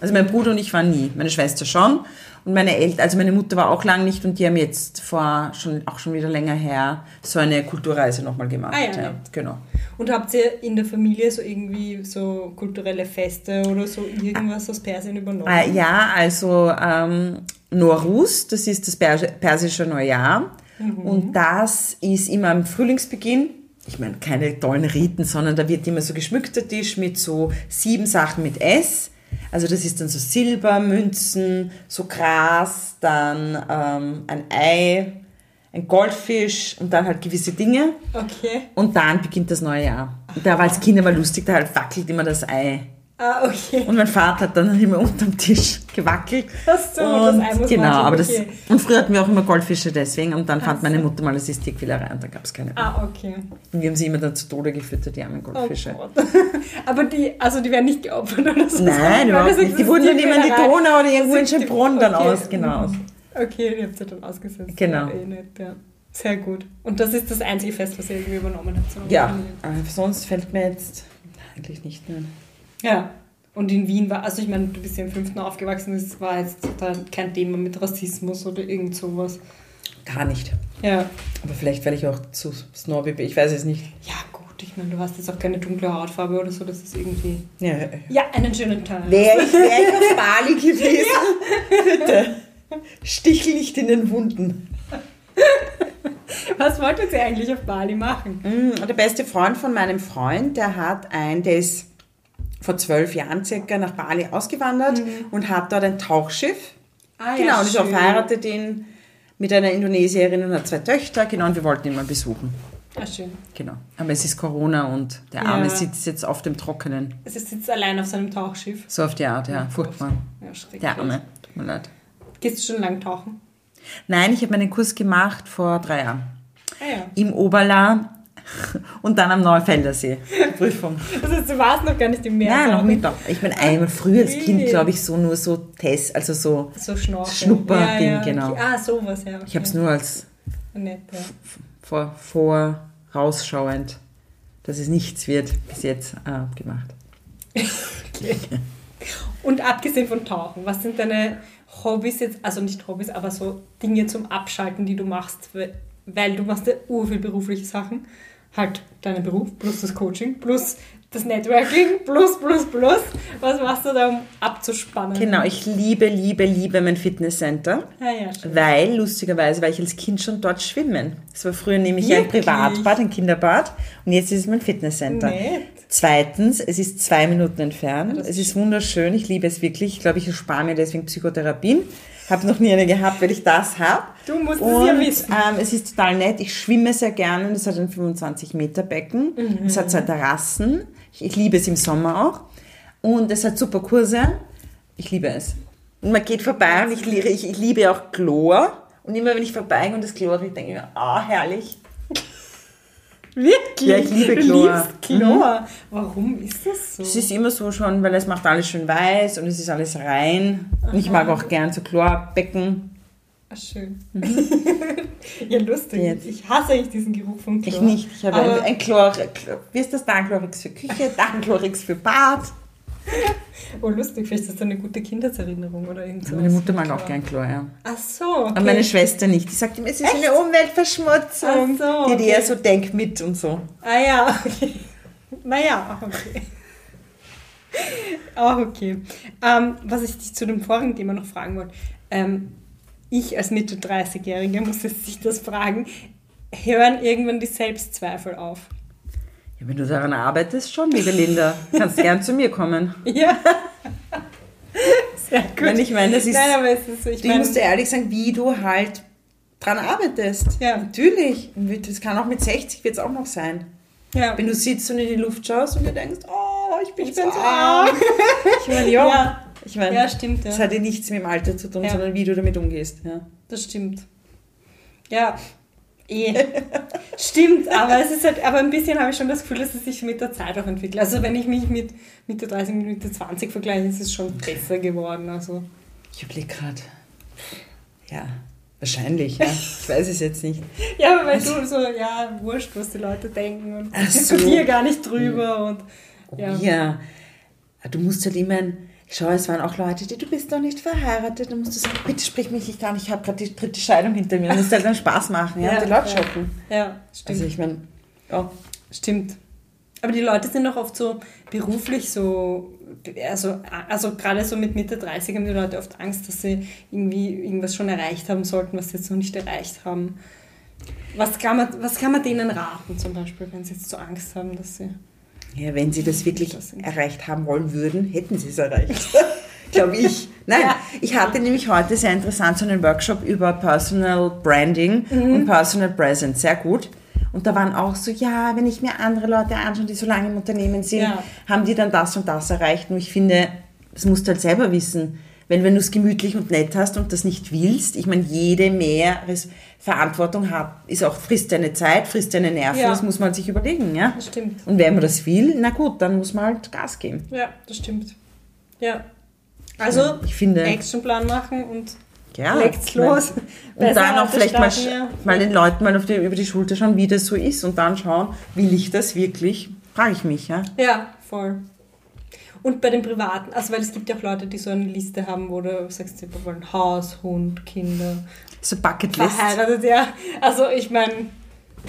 [SPEAKER 1] Also mein Bruder und ich waren nie. Meine Schwester schon. Und meine Eltern, also meine Mutter war auch lang nicht und die haben jetzt vor, schon, auch schon wieder länger her, so eine Kulturreise nochmal gemacht.
[SPEAKER 3] Ah, ja,
[SPEAKER 1] ja,
[SPEAKER 3] nett.
[SPEAKER 1] genau.
[SPEAKER 3] Und habt ihr in der Familie so irgendwie so kulturelle Feste oder so irgendwas aus Persien übernommen?
[SPEAKER 1] Äh, ja, also ähm, Norus, das ist das Pers- persische Neujahr. Und das ist immer am Frühlingsbeginn. Ich meine, keine tollen Riten, sondern da wird immer so geschmückter Tisch mit so sieben Sachen mit S. Also das ist dann so Silber, Münzen, so Gras, dann ähm, ein Ei, ein Goldfisch und dann halt gewisse Dinge.
[SPEAKER 3] Okay.
[SPEAKER 1] Und dann beginnt das neue Jahr. Und da war als Kinder mal lustig, da halt wackelt immer das Ei.
[SPEAKER 3] Ah, okay.
[SPEAKER 1] Und mein Vater hat dann immer unterm Tisch
[SPEAKER 3] (laughs)
[SPEAKER 1] gewackelt.
[SPEAKER 3] Ach so, das Ei muss
[SPEAKER 1] genau,
[SPEAKER 3] man schon-
[SPEAKER 1] aber das,
[SPEAKER 3] okay.
[SPEAKER 1] und früher hatten wir auch immer Goldfische deswegen und dann fand meine Mutter mal, das ist Tierquälerei und da gab es keine.
[SPEAKER 3] Ah, okay.
[SPEAKER 1] Und wir haben sie immer dann zu Tode gefüttert, die armen
[SPEAKER 3] Oh
[SPEAKER 1] Goldfische.
[SPEAKER 3] Gott. (laughs) Aber die, also die werden nicht geopfert oder so.
[SPEAKER 1] Nein, überhaupt nicht. Die wurden dann immer in die Donau oder irgendwo in
[SPEAKER 3] sind die-
[SPEAKER 1] Schönbrunn dann
[SPEAKER 3] okay.
[SPEAKER 1] aus, genau.
[SPEAKER 3] Okay, die habt ihr dann ausgesetzt.
[SPEAKER 1] Genau.
[SPEAKER 3] Ja, eh nicht, ja. Sehr gut. Und das ist das einzige Fest, was ihr irgendwie übernommen habt. so eine
[SPEAKER 1] Ja,
[SPEAKER 3] Familie.
[SPEAKER 1] aber sonst fällt mir jetzt eigentlich nicht mehr. ein.
[SPEAKER 3] Ja. Und in Wien war, also ich meine, du bist ja im fünften aufgewachsen, das war jetzt da kein Thema mit Rassismus oder irgend sowas.
[SPEAKER 1] Gar nicht.
[SPEAKER 3] Ja.
[SPEAKER 1] Aber vielleicht, weil ich auch zu snobby bin, ich weiß es nicht.
[SPEAKER 3] Ja, gut. Gut, ich meine, du hast jetzt auch keine dunkle Hautfarbe oder so, das ist irgendwie.
[SPEAKER 1] Ja.
[SPEAKER 3] Ja, einen schönen Tag.
[SPEAKER 1] Wäre ich, wär ich auf Bali
[SPEAKER 3] (laughs)
[SPEAKER 1] gewesen, bitte. Stichel nicht in den Wunden.
[SPEAKER 3] Was wolltet ihr eigentlich auf Bali machen?
[SPEAKER 1] Hm, Der beste Freund von meinem Freund, der hat ein, der ist vor zwölf Jahren circa nach Bali ausgewandert und hat dort ein Tauchschiff.
[SPEAKER 3] Mhm. Ah, ja,
[SPEAKER 1] genau, und ist auch
[SPEAKER 3] schön.
[SPEAKER 1] verheiratet in, mit einer Indonesierin und hat zwei Töchter. Genau, und wir wollten ihn mal besuchen.
[SPEAKER 3] Ah, schön.
[SPEAKER 1] Genau. Aber es ist Corona und der Arme
[SPEAKER 3] Ja.
[SPEAKER 1] sitzt jetzt auf dem Trockenen.
[SPEAKER 3] Es ist jetzt allein auf seinem Tauchschiff.
[SPEAKER 1] So auf die Art, ja. Furchtbar.
[SPEAKER 3] Ja, schrecklich.
[SPEAKER 1] Der Arme. Tut mir leid.
[SPEAKER 3] Gehst du schon lang tauchen?
[SPEAKER 1] Nein, ich habe meinen Kurs gemacht vor drei Jahren.
[SPEAKER 3] Ah ja.
[SPEAKER 1] Im Oberla (laughs) und dann am
[SPEAKER 3] (laughs)
[SPEAKER 1] Neufeldersee. Prüfung.
[SPEAKER 3] Das heißt, du warst noch gar nicht im Meer.
[SPEAKER 1] Nein, noch
[SPEAKER 3] tauchen.
[SPEAKER 1] mit. Ich bin einmal früher als Kind,
[SPEAKER 3] Really?
[SPEAKER 1] glaube ich, so nur so Test, also so.
[SPEAKER 3] So Schnorcheln.
[SPEAKER 1] Schnupperding,
[SPEAKER 3] ja, ja.
[SPEAKER 1] genau.
[SPEAKER 3] Okay. Ah, sowas, ja. Okay.
[SPEAKER 1] Ich habe es nur als
[SPEAKER 3] Nett, ja.
[SPEAKER 1] vor, vorausschauend, dass es nichts wird, bis jetzt äh, gemacht.
[SPEAKER 3] Okay. (laughs) Und abgesehen von Tauchen, was sind deine Hobbys jetzt, also nicht Hobbys, aber so Dinge zum Abschalten, die du machst, we- weil du machst ja urviel berufliche Sachen, halt deinen Beruf plus das Coaching plus das Networking (laughs) plus plus plus. Was machst du da, um abzuspannen?
[SPEAKER 1] Genau, ich liebe, liebe, liebe mein Fitnesscenter.
[SPEAKER 3] Ja, ja, schön.
[SPEAKER 1] Weil, lustigerweise, war ich als Kind schon dort schwimmen. Es war früher nämlich ein
[SPEAKER 3] Wirklich?
[SPEAKER 1] Privatbad, ein Kinderbad und jetzt ist es mein Fitnesscenter.
[SPEAKER 3] Nett.
[SPEAKER 1] Zweitens, es ist zwei Minuten entfernt.
[SPEAKER 3] das
[SPEAKER 1] es ist wunderschön, ich liebe es wirklich. Ich glaube, ich erspare mir deswegen Psychotherapien. Habe noch nie eine gehabt, weil ich das habe.
[SPEAKER 3] Du musst es
[SPEAKER 1] und,
[SPEAKER 3] ja wissen.
[SPEAKER 1] Ähm, es ist total nett. Ich schwimme sehr gerne. Es hat ein 25-Meter-Becken.
[SPEAKER 3] Mhm.
[SPEAKER 1] Es hat zwei Terrassen. Ich, ich liebe es im Sommer auch. Und es hat super Kurse. Ich liebe es. Und man geht vorbei und ich, li- ich, ich liebe auch Chlor. Und immer wenn ich vorbeigehe und das Chlor riecht, denke ich mir, ah, herrlich.
[SPEAKER 3] Wirklich?
[SPEAKER 1] Ja, ich liebe
[SPEAKER 3] Du
[SPEAKER 1] Chlor. Mhm.
[SPEAKER 3] liebst Chlor. Warum ist das so?
[SPEAKER 1] Es ist immer so schon, weil es macht alles schön weiß und es ist alles rein. Und ich mag auch gern so Chlorbecken.
[SPEAKER 3] Ah, schön. (laughs) ja, lustig.
[SPEAKER 1] Mhm. Jetzt.
[SPEAKER 3] Ich hasse eigentlich diesen Geruch von Chlor.
[SPEAKER 1] Ich nicht. Ich habe
[SPEAKER 3] Aber-
[SPEAKER 1] ein, ein Chlor, Chlor. Wie ist das? Darmchlorix für
[SPEAKER 3] (laughs)
[SPEAKER 1] Küche, Darmchlorix für Bad.
[SPEAKER 3] Oh, lustig, vielleicht ist das eine gute Kindheitserinnerung oder irgend sowas.
[SPEAKER 1] Meine Mutter mag auch gern Chlor, ja.
[SPEAKER 3] Ach so. Okay.
[SPEAKER 1] Aber meine Schwester nicht. Die sagt immer, es ist eine Umweltverschmutzung.
[SPEAKER 3] Ach so,
[SPEAKER 1] Die, die eher so denkt mit und so.
[SPEAKER 3] ah ja, okay. Naja, okay. (laughs) Auch okay. Ähm, was ich dich zu dem vorigen Thema noch fragen wollte. Ähm, ich als Mitte 30-Jährige muss jetzt sich das fragen. Hören irgendwann die Selbstzweifel auf? (laughs)
[SPEAKER 1] Ja, wenn du daran arbeitest, schon, liebe Linda. Kannst gern zu mir kommen. (laughs)
[SPEAKER 3] Ja. Sehr gut.
[SPEAKER 1] Nein, ich meine, das ist-
[SPEAKER 3] Nein, aber es ist so. Ich
[SPEAKER 1] Ich
[SPEAKER 3] meine,
[SPEAKER 1] muss dir ehrlich sagen, wie du halt dran arbeitest.
[SPEAKER 3] Ja.
[SPEAKER 1] Natürlich. Das kann auch mit 60 wird es auch noch sein.
[SPEAKER 3] ja.
[SPEAKER 1] Wenn du sitzt und in die Luft schaust und dir denkst, oh, ich bin,
[SPEAKER 3] Ich
[SPEAKER 1] so
[SPEAKER 3] bin so
[SPEAKER 1] arm.
[SPEAKER 3] arm.
[SPEAKER 1] Ich meine, ja.
[SPEAKER 3] Ja.
[SPEAKER 1] Ich meine,
[SPEAKER 3] Ja, stimmt, ja.
[SPEAKER 1] das hat ja nichts mit dem Alter zu tun,
[SPEAKER 3] Ja.
[SPEAKER 1] sondern wie du damit umgehst. Ja.
[SPEAKER 3] Das stimmt. Ja, eh. stimmt, aber es ist halt, aber ein bisschen habe ich schon das Gefühl, dass es sich mit der Zeit auch entwickelt. Also wenn ich mich mit Mitte 30 mit Mitte 20 vergleiche, ist es schon besser geworden. Also.
[SPEAKER 1] Ich überlege gerade. Ja, wahrscheinlich. Ja. Ich weiß es jetzt nicht.
[SPEAKER 3] Ja, aber weil du so, ja, wurscht, was die Leute denken und
[SPEAKER 1] Ach
[SPEAKER 3] ich
[SPEAKER 1] so.
[SPEAKER 3] diskutiere gar nicht drüber und ja.
[SPEAKER 1] Oh Ja. Du musst halt immer, ein- schau, es waren auch Leute, die, du bist doch nicht verheiratet, dann musst du sagen, bitte sprich mich nicht an, ich habe gerade die dritte Scheidung hinter mir. Das muss halt dann Spaß machen, ja,
[SPEAKER 3] Ja,
[SPEAKER 1] und die Leute
[SPEAKER 3] ja.
[SPEAKER 1] schocken.
[SPEAKER 3] Ja, stimmt.
[SPEAKER 1] Also ich meine, ja.
[SPEAKER 3] Stimmt. Aber die Leute sind auch oft so beruflich so, also, also gerade so mit Mitte 30 haben die Leute oft Angst, dass sie irgendwie irgendwas schon erreicht haben sollten, was sie jetzt noch nicht erreicht haben. Was kann man, was kann man denen raten zum Beispiel, wenn sie jetzt so Angst haben, dass sie...
[SPEAKER 1] ja, wenn sie das wirklich
[SPEAKER 3] Das sind-
[SPEAKER 1] erreicht haben wollen würden, hätten sie es erreicht. (laughs) Glaube ich. Nein,
[SPEAKER 3] Ja.
[SPEAKER 1] ich hatte nämlich heute sehr interessant so einen Workshop über Personal Branding
[SPEAKER 3] Mhm.
[SPEAKER 1] und Personal Presence. Sehr gut. Und da waren auch so, ja, wenn ich mir andere Leute anschaue, die so lange im Unternehmen sind,
[SPEAKER 3] Ja.
[SPEAKER 1] haben die dann das und das erreicht. Und ich finde, das musst du halt selber wissen. Wenn, wenn du es gemütlich und nett hast und das nicht willst, ich meine, jede mehr Res- Verantwortung hat, ist auch, frisst deine Zeit, frisst deine Nerven,
[SPEAKER 3] Ja.
[SPEAKER 1] das muss man sich überlegen, ja?
[SPEAKER 3] Das stimmt.
[SPEAKER 1] Und wenn man das will, na gut, dann muss man halt Gas geben.
[SPEAKER 3] Ja, das stimmt. Ja. Also,
[SPEAKER 1] Ich finde-
[SPEAKER 3] Actionplan machen und
[SPEAKER 1] Ja,
[SPEAKER 3] legt's
[SPEAKER 1] ich mein,
[SPEAKER 3] los.
[SPEAKER 1] Und dann auch vielleicht mal, sch-
[SPEAKER 3] Ja.
[SPEAKER 1] mal den Leuten mal auf die, über die Schulter schauen, wie das so ist und dann schauen, will ich das wirklich? Frage ich mich, ja.
[SPEAKER 3] Ja, voll. Und bei den privaten, also weil es gibt ja auch Leute, die so eine Liste haben, wo du sagst, sie wollen Haus, Hund, Kinder,
[SPEAKER 1] So Bucketlist.
[SPEAKER 3] verheiratet, ja. Also ich meine,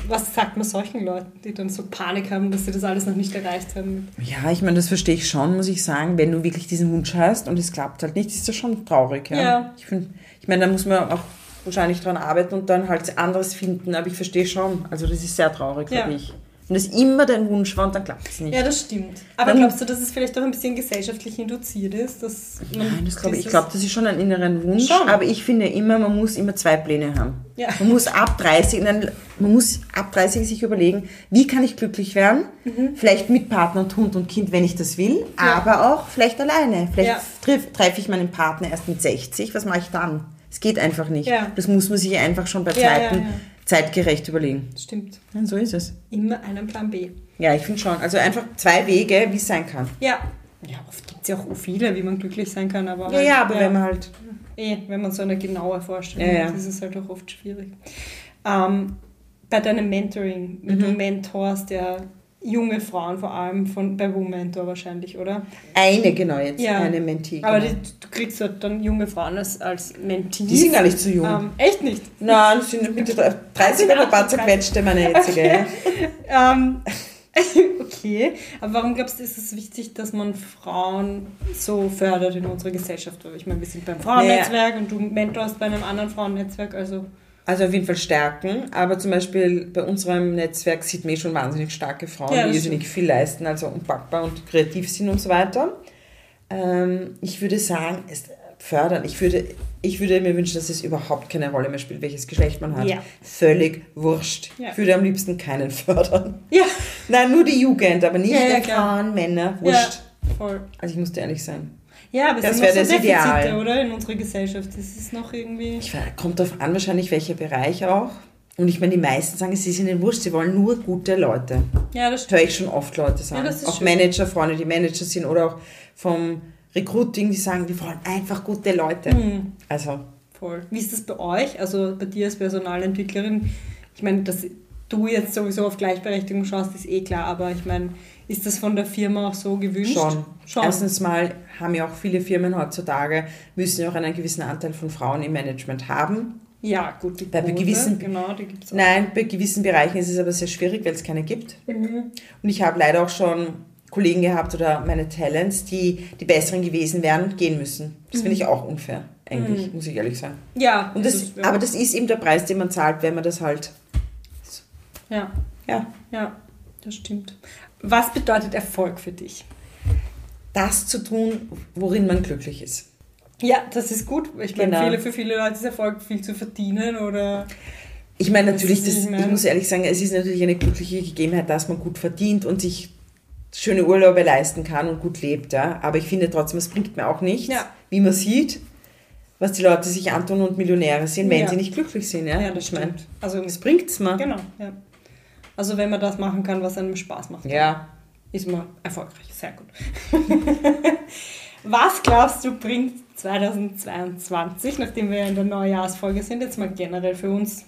[SPEAKER 3] was sagt man solchen Leuten, die dann so Panik haben, dass sie das alles noch nicht erreicht haben?
[SPEAKER 1] Ja, ich meine, das verstehe ich schon, muss ich sagen. Wenn du wirklich diesen Wunsch hast und es klappt halt nicht, ist das schon traurig. Ja.
[SPEAKER 3] Ja.
[SPEAKER 1] Ich, find, ich meine, da muss man auch wahrscheinlich dran arbeiten und dann halt anderes finden. Aber ich verstehe schon. Also das ist sehr traurig,
[SPEAKER 3] Ja.
[SPEAKER 1] finde ich. Wenn das immer dein Wunsch war und dann klappt es nicht.
[SPEAKER 3] Ja, das stimmt. Aber
[SPEAKER 1] Dann-
[SPEAKER 3] glaubst du, dass es vielleicht auch ein bisschen gesellschaftlich induziert ist? Dass man
[SPEAKER 1] Nein, das glaube ich. Ich
[SPEAKER 3] dieses-
[SPEAKER 1] glaube, das ist schon ein inneren Wunsch.
[SPEAKER 3] Schon.
[SPEAKER 1] Aber ich finde immer, man muss immer zwei Pläne haben.
[SPEAKER 3] Ja.
[SPEAKER 1] Man muss ab 30, nein, man muss ab 30 sich überlegen, wie kann ich glücklich werden?
[SPEAKER 3] Mhm.
[SPEAKER 1] Vielleicht mit Partner und Hund und Kind, wenn ich das will, aber auch vielleicht alleine. Vielleicht
[SPEAKER 3] Ja.
[SPEAKER 1] triff- treffe ich meinen Partner erst mit 60. Was mache ich dann? Es geht einfach nicht.
[SPEAKER 3] Ja.
[SPEAKER 1] Das muss man sich einfach schon bei
[SPEAKER 3] Ja,
[SPEAKER 1] Zeiten
[SPEAKER 3] ja, ja.
[SPEAKER 1] zeitgerecht überlegen.
[SPEAKER 3] Stimmt.
[SPEAKER 1] Ja, so ist es.
[SPEAKER 3] Immer einen Plan B.
[SPEAKER 1] Ja, ich finde schon. Also einfach zwei Wege, wie es sein kann.
[SPEAKER 3] Ja. Ja, oft gibt es ja auch viele, wie man glücklich sein kann, aber.
[SPEAKER 1] Ja, ja, aber wenn man halt
[SPEAKER 3] Eh, wenn man so eine genaue Vorstellung
[SPEAKER 1] Ja, ja.
[SPEAKER 3] hat, ist es halt auch oft schwierig. Ähm, bei deinem Mentoring, wenn
[SPEAKER 1] Mhm.
[SPEAKER 3] du mentorst ja junge Frauen vor allem von, bei Womentor wahrscheinlich, oder?
[SPEAKER 1] eine genau jetzt,
[SPEAKER 3] Ja.
[SPEAKER 1] eine Mentee.
[SPEAKER 3] Aber
[SPEAKER 1] genau.
[SPEAKER 3] die, du kriegst halt dann junge Frauen als, als Mentees.
[SPEAKER 1] Die sind gar nicht zu jung.
[SPEAKER 3] Ähm, echt nicht?
[SPEAKER 1] Nein, sie sind mit 30 ein paar zerquetschte, meine jetzige.
[SPEAKER 3] Ähm, (laughs) okay, aber warum glaubst du, ist es wichtig, dass man Frauen so fördert in unserer Gesellschaft? Weil Ich meine, wir sind beim Frauennetzwerk und du mentorst bei einem anderen Frauennetzwerk, also
[SPEAKER 1] Also auf jeden Fall stärken, aber zum Beispiel bei unserem Netzwerk sieht man eh schon wahnsinnig starke Frauen,
[SPEAKER 3] Ja,
[SPEAKER 1] die
[SPEAKER 3] das
[SPEAKER 1] irrsinnig viel leisten, also unpackbar und kreativ sind und so weiter. Ähm, ich würde sagen, es fördern. Ich würde, ich würde mir wünschen, dass es überhaupt keine Rolle mehr spielt, welches Geschlecht man hat.
[SPEAKER 3] Ja.
[SPEAKER 1] Völlig wurscht.
[SPEAKER 3] Ja.
[SPEAKER 1] Ich würde am liebsten keinen fördern.
[SPEAKER 3] ja,
[SPEAKER 1] Nein, nur die Jugend, aber nicht
[SPEAKER 3] Ja, ja,
[SPEAKER 1] der
[SPEAKER 3] klar.
[SPEAKER 1] Frauen, Männer, wurscht.
[SPEAKER 3] wurscht. Voll.
[SPEAKER 1] Also ich muss dir ehrlich sein.
[SPEAKER 3] Ja, aber es
[SPEAKER 1] Das
[SPEAKER 3] sind
[SPEAKER 1] wäre
[SPEAKER 3] noch so
[SPEAKER 1] das
[SPEAKER 3] Defizite,
[SPEAKER 1] Ideal.
[SPEAKER 3] oder? In unserer Gesellschaft. Das ist noch irgendwie.
[SPEAKER 1] Ich weiß, kommt darauf an, wahrscheinlich welcher Bereich auch. Und ich meine, die meisten sagen, es ist ihnen wurscht, sie wollen nur gute Leute.
[SPEAKER 3] Ja, das
[SPEAKER 1] Das
[SPEAKER 3] stimmt.
[SPEAKER 1] höre ich schon oft Leute sagen.
[SPEAKER 3] Ja, das ist
[SPEAKER 1] auch
[SPEAKER 3] schön.
[SPEAKER 1] Manager, Freunde, die Manager sind oder auch vom Recruiting, die sagen, wir wollen einfach gute Leute.
[SPEAKER 3] Mhm.
[SPEAKER 1] Also,
[SPEAKER 3] Voll. Wie ist das bei euch? Also bei dir als Personalentwicklerin? Ich meine, dass du jetzt sowieso auf Gleichberechtigung schaust, ist eh klar, aber ich meine, ist das von der Firma auch so gewünscht?
[SPEAKER 1] schon. Also,
[SPEAKER 3] Schon.
[SPEAKER 1] Erstens mal haben ja auch viele Firmen heutzutage, müssen ja auch einen gewissen Anteil von Frauen im Management haben.
[SPEAKER 3] ja, gut. Die
[SPEAKER 1] Bei
[SPEAKER 3] Quote,
[SPEAKER 1] gewissen-
[SPEAKER 3] Genau, die gibt es auch.
[SPEAKER 1] Nein, bei gewissen Bereichen ist es aber sehr schwierig, weil es keine gibt. Und ich habe leider auch schon Kollegen gehabt oder meine Talents, die die Besseren gewesen wären und gehen müssen. Das finde ich auch unfair, eigentlich, muss ich ehrlich sagen.
[SPEAKER 3] Ja,
[SPEAKER 1] Und Mhm. das,
[SPEAKER 3] ja.
[SPEAKER 1] aber das ist eben der Preis, den man zahlt, wenn man das halt.
[SPEAKER 3] ja,
[SPEAKER 1] Ja.
[SPEAKER 3] ja, das stimmt. Was bedeutet Erfolg für dich?
[SPEAKER 1] Das zu tun, worin man glücklich ist.
[SPEAKER 3] Ja, das ist gut. Ich meine,
[SPEAKER 1] Genau.
[SPEAKER 3] viele, für viele Leute ist Erfolg viel zu verdienen oder
[SPEAKER 1] Ich meine natürlich,
[SPEAKER 3] Das ist,
[SPEAKER 1] das,
[SPEAKER 3] ich meine-
[SPEAKER 1] ich muss ehrlich sagen, es ist natürlich eine glückliche Gegebenheit, dass man gut verdient und sich schöne Urlaube leisten kann und gut lebt. Ja? Aber ich finde trotzdem, es bringt mir auch nichts,
[SPEAKER 3] Ja.
[SPEAKER 1] wie man sieht, was die Leute sich antun und Millionäre sind, wenn
[SPEAKER 3] Ja.
[SPEAKER 1] sie nicht glücklich sind. Ja,
[SPEAKER 3] Ja, das
[SPEAKER 1] ich meine,
[SPEAKER 3] stimmt. Also,
[SPEAKER 1] was bringt es mir?
[SPEAKER 3] genau, ja. Also, wenn man das machen kann, was einem Spaß macht,
[SPEAKER 1] Ja.
[SPEAKER 3] ist man erfolgreich. Sehr gut. (laughs) was glaubst du, bringt 2022, nachdem wir ja in der Neujahrsfolge sind, jetzt mal generell für uns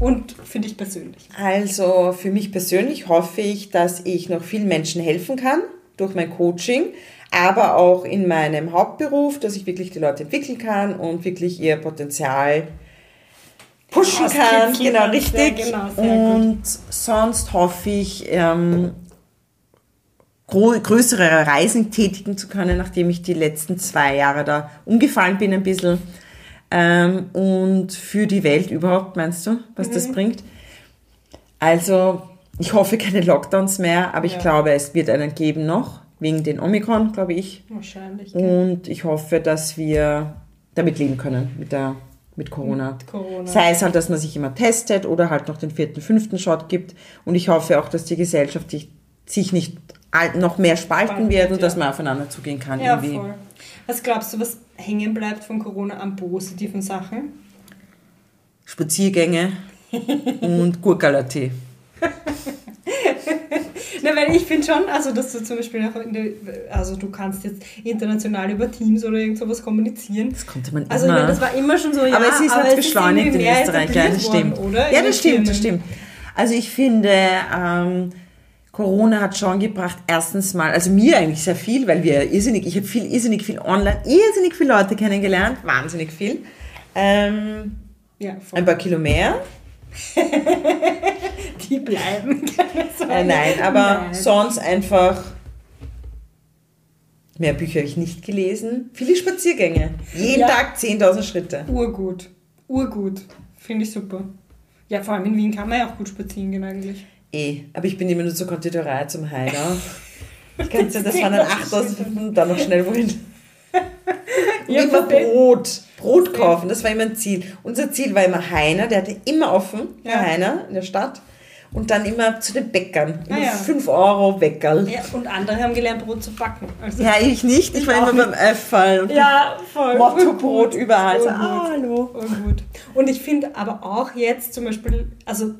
[SPEAKER 3] und für dich persönlich?
[SPEAKER 1] Also für mich persönlich hoffe ich, dass ich noch vielen Menschen helfen kann durch mein Coaching, aber auch in meinem Hauptberuf, dass ich wirklich die Leute entwickeln kann und wirklich ihr Potenzial pushen kann.
[SPEAKER 3] Auskitzeln
[SPEAKER 1] Genau,
[SPEAKER 3] kannst, ja,
[SPEAKER 1] richtig.
[SPEAKER 3] genau, sehr gut.
[SPEAKER 1] und sonst hoffe ich, ähm, gro- größere Reisen tätigen zu können, nachdem ich die letzten zwei Jahre da umgefallen bin ein bisschen. Ähm, und für die Welt überhaupt, meinst du, was
[SPEAKER 3] Mhm.
[SPEAKER 1] das bringt? Also, ich hoffe keine Lockdowns mehr, aber ich
[SPEAKER 3] Ja.
[SPEAKER 1] glaube, es wird einen geben noch, wegen den Omikron, glaube ich.
[SPEAKER 3] Wahrscheinlich. gell?
[SPEAKER 1] Und ich hoffe, dass wir damit leben können, mit, der, mit Corona.
[SPEAKER 3] Corona.
[SPEAKER 1] Sei es halt, dass man sich immer testet oder halt noch den vierten, fünften Shot gibt. Und ich hoffe auch, dass die Gesellschaft sich- sich nicht all- noch mehr spalten
[SPEAKER 3] Spalten
[SPEAKER 1] wird und
[SPEAKER 3] wird,
[SPEAKER 1] dass
[SPEAKER 3] ja.
[SPEAKER 1] man aufeinander zugehen kann.
[SPEAKER 3] Ja,
[SPEAKER 1] irgendwie.
[SPEAKER 3] voll. Was glaubst du, was hängen bleibt von Corona an positiven Sachen? (laughs)
[SPEAKER 1] Spaziergänge und Gurkala-Tee.
[SPEAKER 3] Na, weil ich finde schon, also dass du zum Beispiel auch in der, also du kannst jetzt international über Teams oder irgend sowas kommunizieren.
[SPEAKER 1] Das konnte man
[SPEAKER 3] Also ich
[SPEAKER 1] immer.
[SPEAKER 3] meine, das war immer schon so, ja,
[SPEAKER 1] aber es ist halt beschleunigt
[SPEAKER 3] irgendwie
[SPEAKER 1] in
[SPEAKER 3] mehr
[SPEAKER 1] Österreich. Ja,
[SPEAKER 3] etabliert
[SPEAKER 1] das stimmt.
[SPEAKER 3] worden, Oder?
[SPEAKER 1] Ja,
[SPEAKER 3] In den
[SPEAKER 1] das stimmt, das
[SPEAKER 3] Firmen.
[SPEAKER 1] stimmt. Also ich finde, ähm, Corona hat schon gebracht, erstens mal, also mir eigentlich sehr viel, weil wir irrsinnig, ich habe viel, irrsinnig viel online, irrsinnig viele Leute kennengelernt, wahnsinnig viel. Ähm,
[SPEAKER 3] Ja,
[SPEAKER 1] ein
[SPEAKER 3] voll.
[SPEAKER 1] paar Kilo mehr.
[SPEAKER 3] Die bleiben.
[SPEAKER 1] (laughs) Äh, nein, aber
[SPEAKER 3] Nein.
[SPEAKER 1] sonst einfach mehr Bücher habe ich nicht gelesen. Viele Spaziergänge. Jeden
[SPEAKER 3] Ja.
[SPEAKER 1] Tag 10.000 Schritte.
[SPEAKER 3] Urgut. Urgut. Finde ich super. Ja, vor allem in Wien kann man ja auch gut spazieren gehen eigentlich.
[SPEAKER 1] Eh. Aber ich bin immer nur zur Konditorei zum
[SPEAKER 3] (laughs)
[SPEAKER 1] Heiler. Ich kann ja, das waren dann 8.000 und dann noch schnell wohin. Und
[SPEAKER 3] (laughs) Ja,
[SPEAKER 1] immer
[SPEAKER 3] verstehe.
[SPEAKER 1] Brot. Brot kaufen, das war immer ein Ziel. Unser Ziel war immer Heiner, der hatte immer offen,
[SPEAKER 3] Ja.
[SPEAKER 1] der Heiner in der Stadt. Und dann immer zu den Bäckern. Immer
[SPEAKER 3] Ah, ja.
[SPEAKER 1] 5 Euro Bäckerl.
[SPEAKER 3] Ja, und andere haben gelernt, Brot zu backen. Also,
[SPEAKER 1] Ja, ich nicht. Ich war
[SPEAKER 3] auch
[SPEAKER 1] immer beim Äffel und
[SPEAKER 3] (laughs) Ja, voll.
[SPEAKER 1] Mottobrot überall. So,
[SPEAKER 3] Urgut.
[SPEAKER 1] ah, hallo.
[SPEAKER 3] Urgut. Oh, Und ich finde aber auch jetzt zum Beispiel, also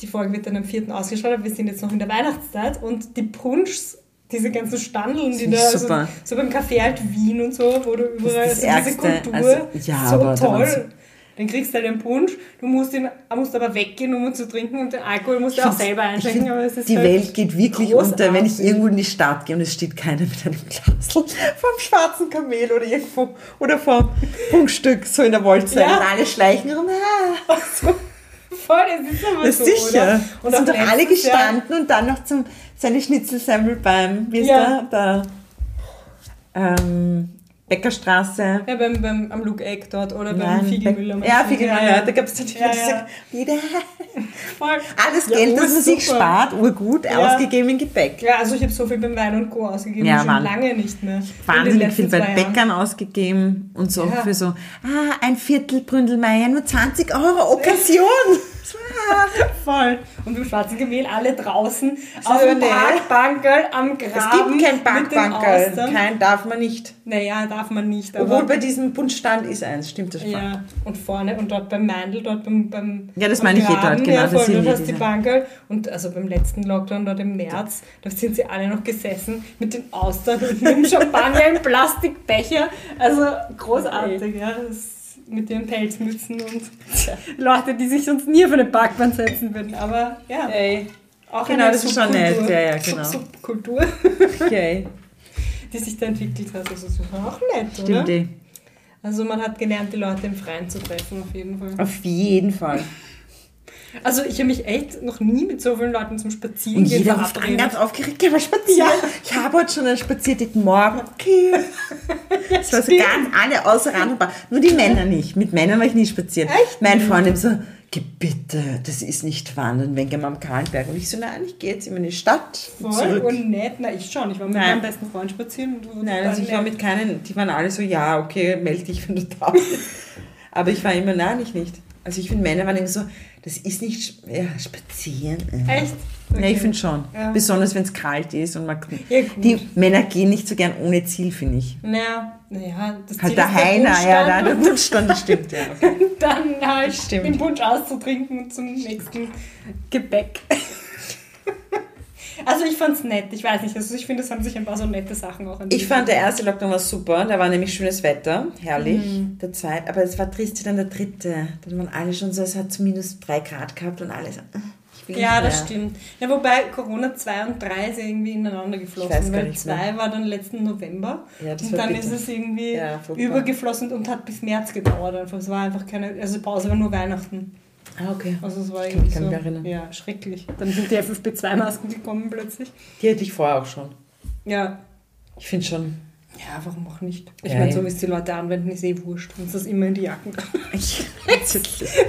[SPEAKER 3] die Folge wird dann am 4. ausgestrahlt, aber wir sind jetzt noch in der Weihnachtszeit und die Punschs, diese ganzen Standeln, die
[SPEAKER 1] Finde
[SPEAKER 3] da,
[SPEAKER 1] ich
[SPEAKER 3] also,
[SPEAKER 1] super.
[SPEAKER 3] so beim Café halt Wien und so, wo du überall,
[SPEAKER 1] das
[SPEAKER 3] also diese
[SPEAKER 1] Ärgste.
[SPEAKER 3] Kultur,
[SPEAKER 1] Also, ja,
[SPEAKER 3] so
[SPEAKER 1] aber da waren's-
[SPEAKER 3] toll. Dann kriegst du halt den Punsch, du musst, ihn, musst aber weggehen, um ihn zu trinken und den Alkohol musst du auch selber
[SPEAKER 1] Ich
[SPEAKER 3] einschenken,
[SPEAKER 1] find,
[SPEAKER 3] aber es ist
[SPEAKER 1] die
[SPEAKER 3] halt (laughs)
[SPEAKER 1] Welt geht wirklich
[SPEAKER 3] großartig.
[SPEAKER 1] unter, wenn ich irgendwo in die Stadt gehe und es steht keiner mit einem Glas (laughs) vom schwarzen Kamel oder irgendwo oder vom Punktstück so in der Wolze.
[SPEAKER 3] Ja.
[SPEAKER 1] Und alle schleichen rum. Ah,
[SPEAKER 3] Also, Voll, das ist aber
[SPEAKER 1] das ist
[SPEAKER 3] so,
[SPEAKER 1] sicher.
[SPEAKER 3] Oder?
[SPEAKER 1] Und sind
[SPEAKER 3] auch
[SPEAKER 1] doch alle
[SPEAKER 3] letztes Jahr-
[SPEAKER 1] gestanden und dann noch zum seine Schnitzelsemmel beim wie ist
[SPEAKER 3] Ja.
[SPEAKER 1] da, da ähm, Bäckerstraße.
[SPEAKER 3] Ja, beim, beim, am Luke Egg dort oder beim
[SPEAKER 1] Nein,
[SPEAKER 3] Fiegelmüller.
[SPEAKER 1] Bäck- Ja, Fiegelmüller, ja, da gab es dann die,
[SPEAKER 3] Ja,
[SPEAKER 1] die
[SPEAKER 3] ja.
[SPEAKER 1] sagt, jeder
[SPEAKER 3] (laughs) Voll.
[SPEAKER 1] Alles
[SPEAKER 3] Ja, oh,
[SPEAKER 1] Geld, das man sich
[SPEAKER 3] super.
[SPEAKER 1] spart, urgut, ausgegeben in Gepäck.
[SPEAKER 3] Ja, also ich habe so viel beim Wein und Co. ausgegeben,
[SPEAKER 1] Ja,
[SPEAKER 3] schon
[SPEAKER 1] Mann.
[SPEAKER 3] lange nicht mehr. In den
[SPEAKER 1] Wahnsinnig
[SPEAKER 3] letzten
[SPEAKER 1] viel bei
[SPEAKER 3] zwei Jahren.
[SPEAKER 1] Bäckern ausgegeben und so
[SPEAKER 3] Ja.
[SPEAKER 1] für so, ah, ein Viertel Bründelmeier, nur 20 Euro,
[SPEAKER 3] (laughs)
[SPEAKER 1] Occasion. Ah.
[SPEAKER 3] Voll. Und beim Schwarzen Gemälde alle draußen auf
[SPEAKER 1] aber
[SPEAKER 3] dem
[SPEAKER 1] nee.
[SPEAKER 3] Parkbankerl am
[SPEAKER 1] es
[SPEAKER 3] Graben.
[SPEAKER 1] gibt kein Backbankerl,
[SPEAKER 3] mit den Austern.
[SPEAKER 1] kein darf man nicht.
[SPEAKER 3] Naja, darf man nicht.
[SPEAKER 1] Obwohl
[SPEAKER 3] Aber,
[SPEAKER 1] bei diesem Buntstand ist eins, stimmt das schon.
[SPEAKER 3] ja, und vorne und dort beim Meindl, dort beim, beim
[SPEAKER 1] Ja, das
[SPEAKER 3] am
[SPEAKER 1] meine ich eh dort,
[SPEAKER 3] Graben,
[SPEAKER 1] genau,
[SPEAKER 3] Ja,
[SPEAKER 1] das
[SPEAKER 3] voll,
[SPEAKER 1] sind
[SPEAKER 3] dort
[SPEAKER 1] wir,
[SPEAKER 3] hast du die
[SPEAKER 1] diese-
[SPEAKER 3] Bankerl. Und also beim letzten Lockdown dort im März, da sind sie alle noch gesessen mit den Austern und mit dem Champagner im Plastikbecher. Also großartig, ja. Das, mit ihren Pelzmützen und Leute, die sich sonst nie auf eine Parkbank setzen würden. Aber ja,
[SPEAKER 1] Ey.
[SPEAKER 3] auch
[SPEAKER 1] Äh, Genau,
[SPEAKER 3] eine
[SPEAKER 1] das ist schon nett.
[SPEAKER 3] Subkultur.
[SPEAKER 1] Ja, ja, genau.
[SPEAKER 3] Sub Subkultur, (laughs)
[SPEAKER 1] Okay,
[SPEAKER 3] die sich da entwickelt hat. Also das war auch nett, oder?
[SPEAKER 1] stimmt eh.
[SPEAKER 3] Also man hat gelernt, die Leute im Freien zu treffen, auf jeden Fall.
[SPEAKER 1] Auf jeden Fall.
[SPEAKER 3] Also ich habe mich echt noch nie mit so vielen Leuten zum Spazieren
[SPEAKER 1] Und
[SPEAKER 3] gehen
[SPEAKER 1] jeder ruft an, ganz
[SPEAKER 3] verabredet.
[SPEAKER 1] aufgeregt, geh mal spazieren. Ich habe heute schon einen spazierten Morgen. Okay. Das war so
[SPEAKER 3] stimmt.
[SPEAKER 1] ganz alle außer Rand und Band. Nur die Männer nicht. Mit Männern war ich nie spazieren.
[SPEAKER 3] Echt?
[SPEAKER 1] Mein Freund immer so, geh bitte, das ist nicht wandern, wenn gehen wir am Kahlenberg. Und ich so, nein, ich gehe jetzt immer in die Stadt und
[SPEAKER 3] Voll
[SPEAKER 1] zurück.
[SPEAKER 3] und nett. Na, ich schon. Ich war mit
[SPEAKER 1] Nein.
[SPEAKER 3] meinem besten Freund spazieren. Und wurde
[SPEAKER 1] nein,
[SPEAKER 3] dann
[SPEAKER 1] also ich war
[SPEAKER 3] nett.
[SPEAKER 1] mit keinen, die waren alle so, ja, okay, melde dich, wenn du da bist. Aber ich war immer, nein, ich nicht. Also ich finde, Männer waren immer so, das ist nicht, ja, spazieren. äh.
[SPEAKER 3] Echt?
[SPEAKER 1] Ja, ich
[SPEAKER 3] Okay.
[SPEAKER 1] finde schon.
[SPEAKER 3] Ja.
[SPEAKER 1] Besonders wenn es kalt ist und man.
[SPEAKER 3] Ja, gut.
[SPEAKER 1] die Männer gehen nicht so gern ohne Ziel, finde ich.
[SPEAKER 3] Naja, naja, das
[SPEAKER 1] Halt
[SPEAKER 3] Ziel
[SPEAKER 1] der
[SPEAKER 3] ist der
[SPEAKER 1] Heiner, ja, da,
[SPEAKER 3] Bundstand
[SPEAKER 1] der Wunschstand, das stimmt, ja.
[SPEAKER 3] (laughs)
[SPEAKER 1] Okay.
[SPEAKER 3] und Dann halt
[SPEAKER 1] Stimmt.
[SPEAKER 3] den Punsch auszutrinken und zum nächsten Gebäck. (laughs) also ich fand's nett. Ich weiß nicht. Also ich finde, es haben sich ein paar so nette Sachen auch
[SPEAKER 1] Ich fand, der erste Lockdown war super, da war nämlich schönes Wetter, herrlich,
[SPEAKER 3] Mhm.
[SPEAKER 1] der zweite, aber es war trist dann der dritte. Dann waren alle schon so, es hat zu minus drei Grad gehabt und alles. Ich will
[SPEAKER 3] Ja,
[SPEAKER 1] nicht
[SPEAKER 3] das
[SPEAKER 1] mehr.
[SPEAKER 3] stimmt. Ja, wobei Corona 2 und 3 ist ja irgendwie ineinander geflossen,
[SPEAKER 1] Ich weiß gar
[SPEAKER 3] weil
[SPEAKER 1] nicht
[SPEAKER 3] 2 war dann letzten November
[SPEAKER 1] Ja, das
[SPEAKER 3] und
[SPEAKER 1] war
[SPEAKER 3] dann
[SPEAKER 1] bitter.
[SPEAKER 3] ist es irgendwie
[SPEAKER 1] Ja, furchtbar.
[SPEAKER 3] übergeflossen und hat bis März gedauert. Einfach. Es war einfach keine, also die Pause war nur Weihnachten.
[SPEAKER 1] Ah, okay.
[SPEAKER 3] Also es war
[SPEAKER 1] Ich kann
[SPEAKER 3] irgendwie
[SPEAKER 1] mich
[SPEAKER 3] so,
[SPEAKER 1] gar nicht erinnern.
[SPEAKER 3] ja, schrecklich. Dann sind die FFP2-Masken gekommen plötzlich.
[SPEAKER 1] Die hätte ich vorher auch schon.
[SPEAKER 3] Ja.
[SPEAKER 1] Ich finde
[SPEAKER 3] (laughs)
[SPEAKER 1] schon. (laughs)
[SPEAKER 3] Ja, warum auch nicht? Ich
[SPEAKER 1] Ja,
[SPEAKER 3] meine, so
[SPEAKER 1] ja.
[SPEAKER 3] wie es die Leute anwenden, ist eh wurscht. Und das immer in die Jacken. Du
[SPEAKER 1] ja,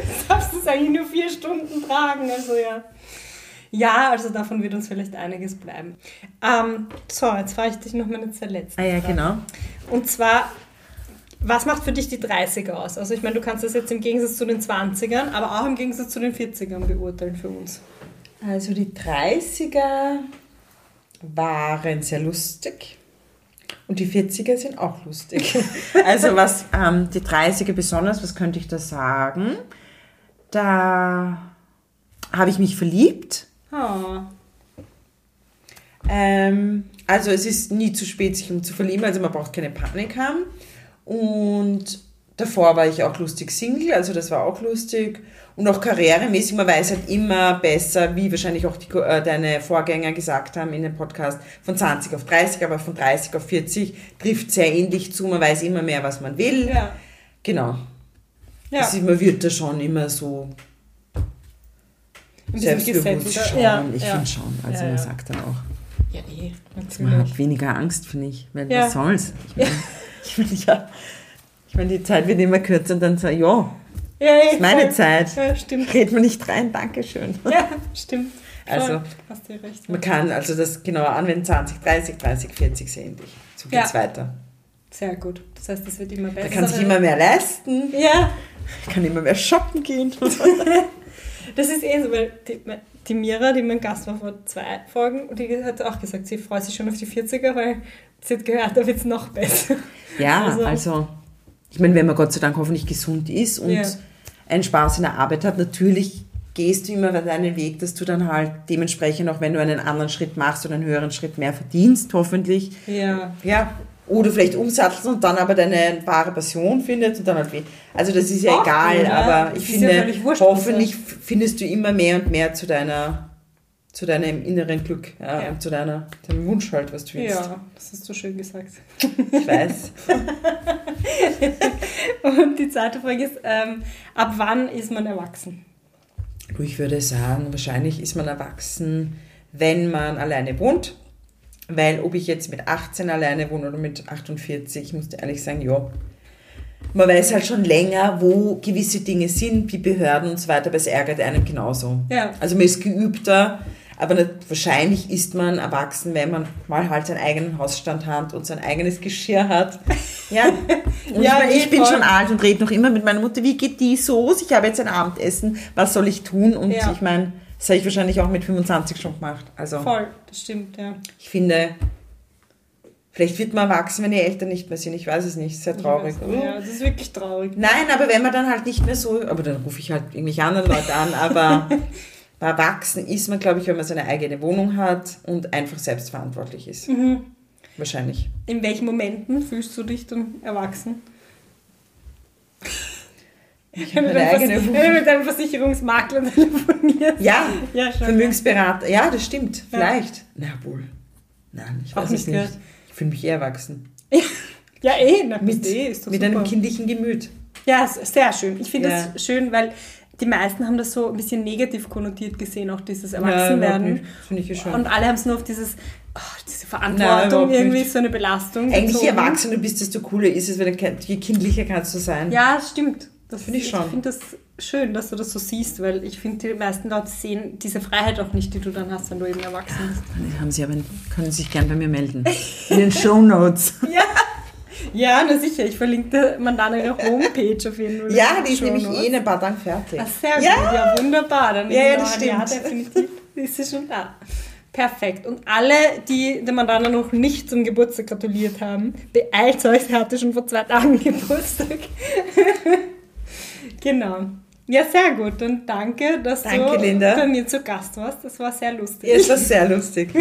[SPEAKER 3] (laughs) darfst es eigentlich nur vier Stunden tragen, also ja. Ja, also davon wird uns vielleicht einiges bleiben. Ähm, so, jetzt frage ich dich noch mal zur letzten
[SPEAKER 1] ah ja, genau.
[SPEAKER 3] Und zwar, was macht für dich die 30er aus? Also ich meine, du kannst das jetzt im Gegensatz zu den 20ern, aber auch im Gegensatz zu den 40ern beurteilen für uns.
[SPEAKER 1] Also die 30er waren sehr lustig und die 40er sind auch lustig. (laughs) also was ähm, die 30er besonders, was könnte ich da sagen? Da habe ich mich verliebt.
[SPEAKER 3] Ah,
[SPEAKER 1] Ähm, also es ist nie zu spät, sich um zu verlieben, also man braucht keine Panik haben. Und davor war ich auch lustig Single, also das war auch lustig. Und auch karrieremäßig, man weiß halt immer besser, wie wahrscheinlich auch die, Ko- äh, deine Vorgänger gesagt haben in dem Podcast, von 20 auf 30, aber von 30 auf 40 trifft sehr ähnlich zu, man weiß immer mehr, was man will.
[SPEAKER 3] ja.
[SPEAKER 1] Genau.
[SPEAKER 3] Ja.
[SPEAKER 1] Also man wird da schon immer so
[SPEAKER 3] ein bisschen
[SPEAKER 1] Selbstbewusst
[SPEAKER 3] gesetzter.
[SPEAKER 1] schauen,
[SPEAKER 3] Ja,
[SPEAKER 4] ich
[SPEAKER 3] ja.
[SPEAKER 4] finde schon. Also
[SPEAKER 3] Ja,
[SPEAKER 4] man
[SPEAKER 3] ja.
[SPEAKER 4] sagt dann auch,
[SPEAKER 3] Ja, eh,
[SPEAKER 4] man
[SPEAKER 3] natürlich.
[SPEAKER 4] hat weniger Angst, finde ich, weil
[SPEAKER 3] Ja.
[SPEAKER 4] was soll's? Ich meine, (laughs) ich meine, ja, ich meine, die Zeit wird immer kürzer und dann so, ja,
[SPEAKER 3] Ja, eh,
[SPEAKER 4] ist meine
[SPEAKER 3] voll.
[SPEAKER 4] Zeit.
[SPEAKER 3] Ja, stimmt.
[SPEAKER 4] Red mir nicht rein, Dankeschön.
[SPEAKER 3] Ja, stimmt.
[SPEAKER 4] Also-
[SPEAKER 3] Voll. hast du recht.
[SPEAKER 1] Man kann also das genau anwenden, 20, 30, 30, 40 sehr ähnlich. So geht's
[SPEAKER 3] Ja.
[SPEAKER 1] weiter.
[SPEAKER 3] Sehr gut. Das heißt, es wird immer besser.
[SPEAKER 1] Man kann sich immer mehr leisten.
[SPEAKER 3] ja,
[SPEAKER 4] kann immer mehr shoppen
[SPEAKER 3] (laughs)
[SPEAKER 4] gehen.
[SPEAKER 3] das ist eh so, weil die, die Mira, die mein Gast war vor zwei Folgen, und die hat auch gesagt, sie freut sich schon auf die 40er, weil sie hat gehört, da wird es noch besser.
[SPEAKER 4] Ja,
[SPEAKER 3] Also-
[SPEAKER 4] also, ich meine, wenn man Gott sei Dank hoffentlich gesund ist und
[SPEAKER 3] Ja.
[SPEAKER 4] einen Spaß in der Arbeit hat, natürlich gehst du immer deinen Weg, dass du dann halt dementsprechend auch, wenn du einen anderen Schritt machst und einen höheren Schritt mehr verdienst, hoffentlich.
[SPEAKER 3] Ja,
[SPEAKER 1] Ja. Oder vielleicht umsattelst und dann aber deine wahre Passion findet und dann halt weh. Also das ist ja
[SPEAKER 3] Auch
[SPEAKER 1] egal,
[SPEAKER 3] gut, ja.
[SPEAKER 1] aber
[SPEAKER 3] Das
[SPEAKER 1] ich
[SPEAKER 3] ist ja
[SPEAKER 1] finde,
[SPEAKER 3] völlig wurscht,
[SPEAKER 1] hoffentlich f- findest du immer mehr und mehr zu deiner, zu deinem inneren Glück, ja,
[SPEAKER 3] Ja.
[SPEAKER 1] Und zu deiner, deinem Wunsch halt, was du willst.
[SPEAKER 3] ja, das hast du schön gesagt.
[SPEAKER 1] Ich weiß.
[SPEAKER 3] Und die zweite Frage ist, ähm, ab wann ist man erwachsen?
[SPEAKER 1] Du, ich würde sagen, wahrscheinlich ist man erwachsen, wenn man alleine wohnt. Weil ob ich jetzt mit 18 alleine wohne oder mit 48, ich muss dir ehrlich sagen, ja. Man weiß halt schon länger, wo gewisse Dinge sind, wie Behörden und so weiter, aber es ärgert einem genauso.
[SPEAKER 3] Ja.
[SPEAKER 1] Also man ist geübter, aber nicht, wahrscheinlich ist man erwachsen, wenn man mal halt seinen eigenen Hausstand hat und sein eigenes Geschirr hat. Ja, und
[SPEAKER 3] (laughs) Ja,
[SPEAKER 1] ich, meine,
[SPEAKER 3] eh,
[SPEAKER 1] ich bin
[SPEAKER 3] voll.
[SPEAKER 1] schon alt und rede noch immer mit meiner Mutter, wie geht die Soße? Ich habe jetzt ein Abendessen, was soll ich tun? Und
[SPEAKER 3] Ja.
[SPEAKER 1] ich meine, das habe ich wahrscheinlich auch mit 25 schon gemacht. Also
[SPEAKER 3] Voll, das stimmt, ja.
[SPEAKER 1] ich finde, vielleicht wird man erwachsen, wenn die Eltern nicht mehr sind. Ich weiß es nicht, sehr traurig.
[SPEAKER 3] Ich weiß, Ja, das ist wirklich traurig.
[SPEAKER 1] Nein, aber wenn man dann halt nicht mehr so, aber dann rufe ich halt irgendwelche anderen Leute an,
[SPEAKER 3] (laughs)
[SPEAKER 1] aber erwachsen ist man, glaube ich, wenn man seine eigene Wohnung hat und einfach selbstverantwortlich ist.
[SPEAKER 3] Mhm.
[SPEAKER 1] Wahrscheinlich.
[SPEAKER 3] In welchen Momenten fühlst du dich dann erwachsen? Wenn du
[SPEAKER 1] meine
[SPEAKER 3] dann
[SPEAKER 1] eigene
[SPEAKER 3] Vers-
[SPEAKER 1] Wohnung.
[SPEAKER 3] wenn du mit deinem Versicherungsmakler telefonierst.
[SPEAKER 1] Ja,
[SPEAKER 3] Ja, schon.
[SPEAKER 1] Vermögensberater, ja, das stimmt,
[SPEAKER 3] Ja.
[SPEAKER 1] vielleicht. Na wohl. Nein, ich
[SPEAKER 3] Auch
[SPEAKER 1] weiß es
[SPEAKER 3] nicht
[SPEAKER 1] nicht.
[SPEAKER 3] gehört.
[SPEAKER 1] Ich fühle mich eher erwachsen.
[SPEAKER 3] Ja, eh, na,
[SPEAKER 1] Mit,
[SPEAKER 3] eh, ist doch
[SPEAKER 1] mit
[SPEAKER 3] super.
[SPEAKER 1] einem kindlichen Gemüt.
[SPEAKER 3] Ja, s- sehr schön. Ich finde
[SPEAKER 1] Ja.
[SPEAKER 3] das schön, weil die meisten haben das so ein bisschen negativ konnotiert gesehen, auch dieses Erwachsenwerden.
[SPEAKER 1] Das Finde ich ja schon.
[SPEAKER 3] Und alle haben es nur auf dieses, ah, diese Verantwortung
[SPEAKER 1] überhaupt
[SPEAKER 3] irgendwie,
[SPEAKER 1] nicht.
[SPEAKER 3] so eine Belastung.
[SPEAKER 1] Eigentlich je
[SPEAKER 3] bezogen.
[SPEAKER 1] erwachsener du bist, desto cooler ist es, weil je kindlicher kannst du sein.
[SPEAKER 3] Ja, das stimmt. Das
[SPEAKER 1] Finde ich schon.
[SPEAKER 3] Ich finde das schön, dass du das so siehst, weil ich finde, die meisten Leute sehen diese Freiheit auch nicht, die du dann hast, wenn du eben erwachsen bist.
[SPEAKER 4] Haben Sie aber, können Sie sich gern bei mir melden. In den Show Notes.
[SPEAKER 3] Ja, na sicher. Ich verlinke man dann (laughs) ihre Homepage auf jeden Fall.
[SPEAKER 1] (laughs) Ja, die ist nämlich
[SPEAKER 3] Shownotes.
[SPEAKER 1] eh in ein paar Tagen fertig.
[SPEAKER 3] Ah, sehr
[SPEAKER 1] Ja.
[SPEAKER 3] gut, ja, wunderbar. Dann
[SPEAKER 1] Ja, ja,
[SPEAKER 3] genau
[SPEAKER 1] das
[SPEAKER 3] ein Jahr
[SPEAKER 1] stimmt. (laughs)
[SPEAKER 3] definitiv ist sie schon da. Perfekt. Und alle, die der Mandana noch nicht zum Geburtstag gratuliert haben, beeilt euch, sie hatte schon vor zwei Tagen (laughs) Geburtstag. genau. Ja, sehr gut. Und danke, dass
[SPEAKER 1] Danke,
[SPEAKER 3] du
[SPEAKER 1] Linda.
[SPEAKER 3] bei mir zu Gast warst. Das war sehr lustig.
[SPEAKER 1] Ja, ist das sehr lustig.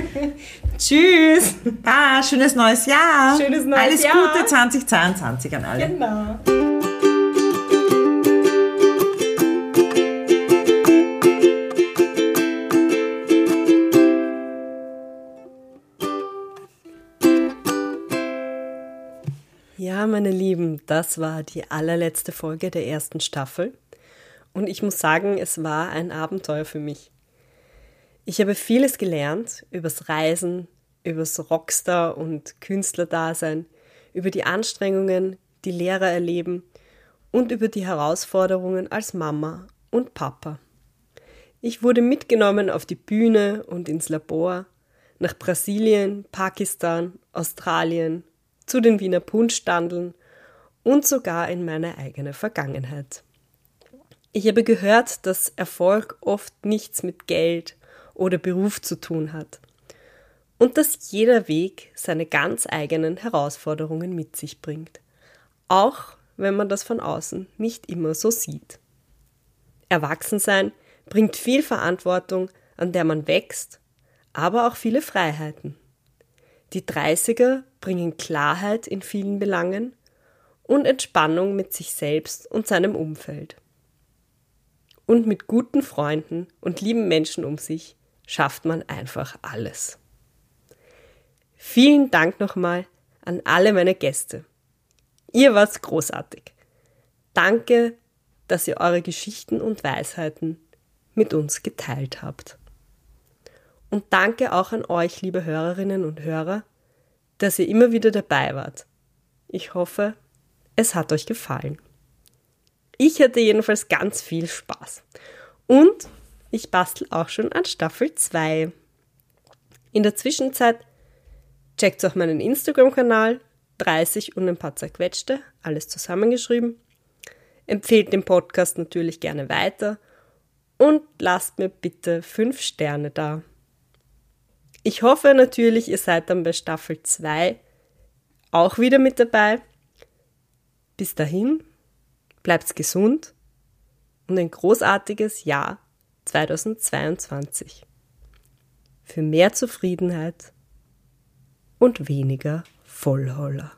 [SPEAKER 3] Tschüss.
[SPEAKER 4] Ah, schönes neues Jahr.
[SPEAKER 3] Schönes neues
[SPEAKER 4] Alles
[SPEAKER 3] Jahr.
[SPEAKER 4] Gute 2022 an alle.
[SPEAKER 3] Genau.
[SPEAKER 2] Ja, meine Lieben, das war die allerletzte Folge der ersten Staffel. Und ich muss sagen, es war ein Abenteuer für mich. Ich habe vieles gelernt übers Reisen, übers Rockstar- und Künstlerdasein, über die Anstrengungen, die Lehrer erleben und über die Herausforderungen als Mama und Papa. Ich wurde mitgenommen auf die Bühne und ins Labor, nach Brasilien, Pakistan, Australien, zu den Wiener Punschstandeln und sogar in meine eigene Vergangenheit. Ich habe gehört, dass Erfolg oft nichts mit Geld oder Beruf zu tun hat und dass jeder Weg seine ganz eigenen Herausforderungen mit sich bringt, auch wenn man das von außen nicht immer so sieht. Erwachsensein bringt viel Verantwortung, an der man wächst, aber auch viele Freiheiten. Die 30er bringen Klarheit in vielen Belangen und Entspannung mit sich selbst und seinem Umfeld. Und mit guten Freunden und lieben Menschen um sich schafft man einfach alles. Vielen Dank nochmal an alle meine Gäste. Ihr wart großartig. Danke, dass ihr eure Geschichten und Weisheiten
[SPEAKER 3] mit uns geteilt habt. Und danke auch an euch, liebe Hörerinnen und Hörer, dass ihr immer wieder dabei wart. Ich hoffe, es hat euch gefallen. Ich hatte jedenfalls ganz viel Spaß. Und ich bastel auch schon an Staffel 2. In der Zwischenzeit checkt auch meinen Instagram-Kanal 30 und ein paar zerquetschte, alles zusammengeschrieben. Empfehlt den Podcast natürlich gerne weiter und lasst mir bitte 5 Sterne da. Ich hoffe natürlich, ihr seid dann bei Staffel 2 auch wieder mit dabei. Bis dahin, bleibt's gesund und ein großartiges Jahr 2022. Für mehr Zufriedenheit und weniger Vollholler.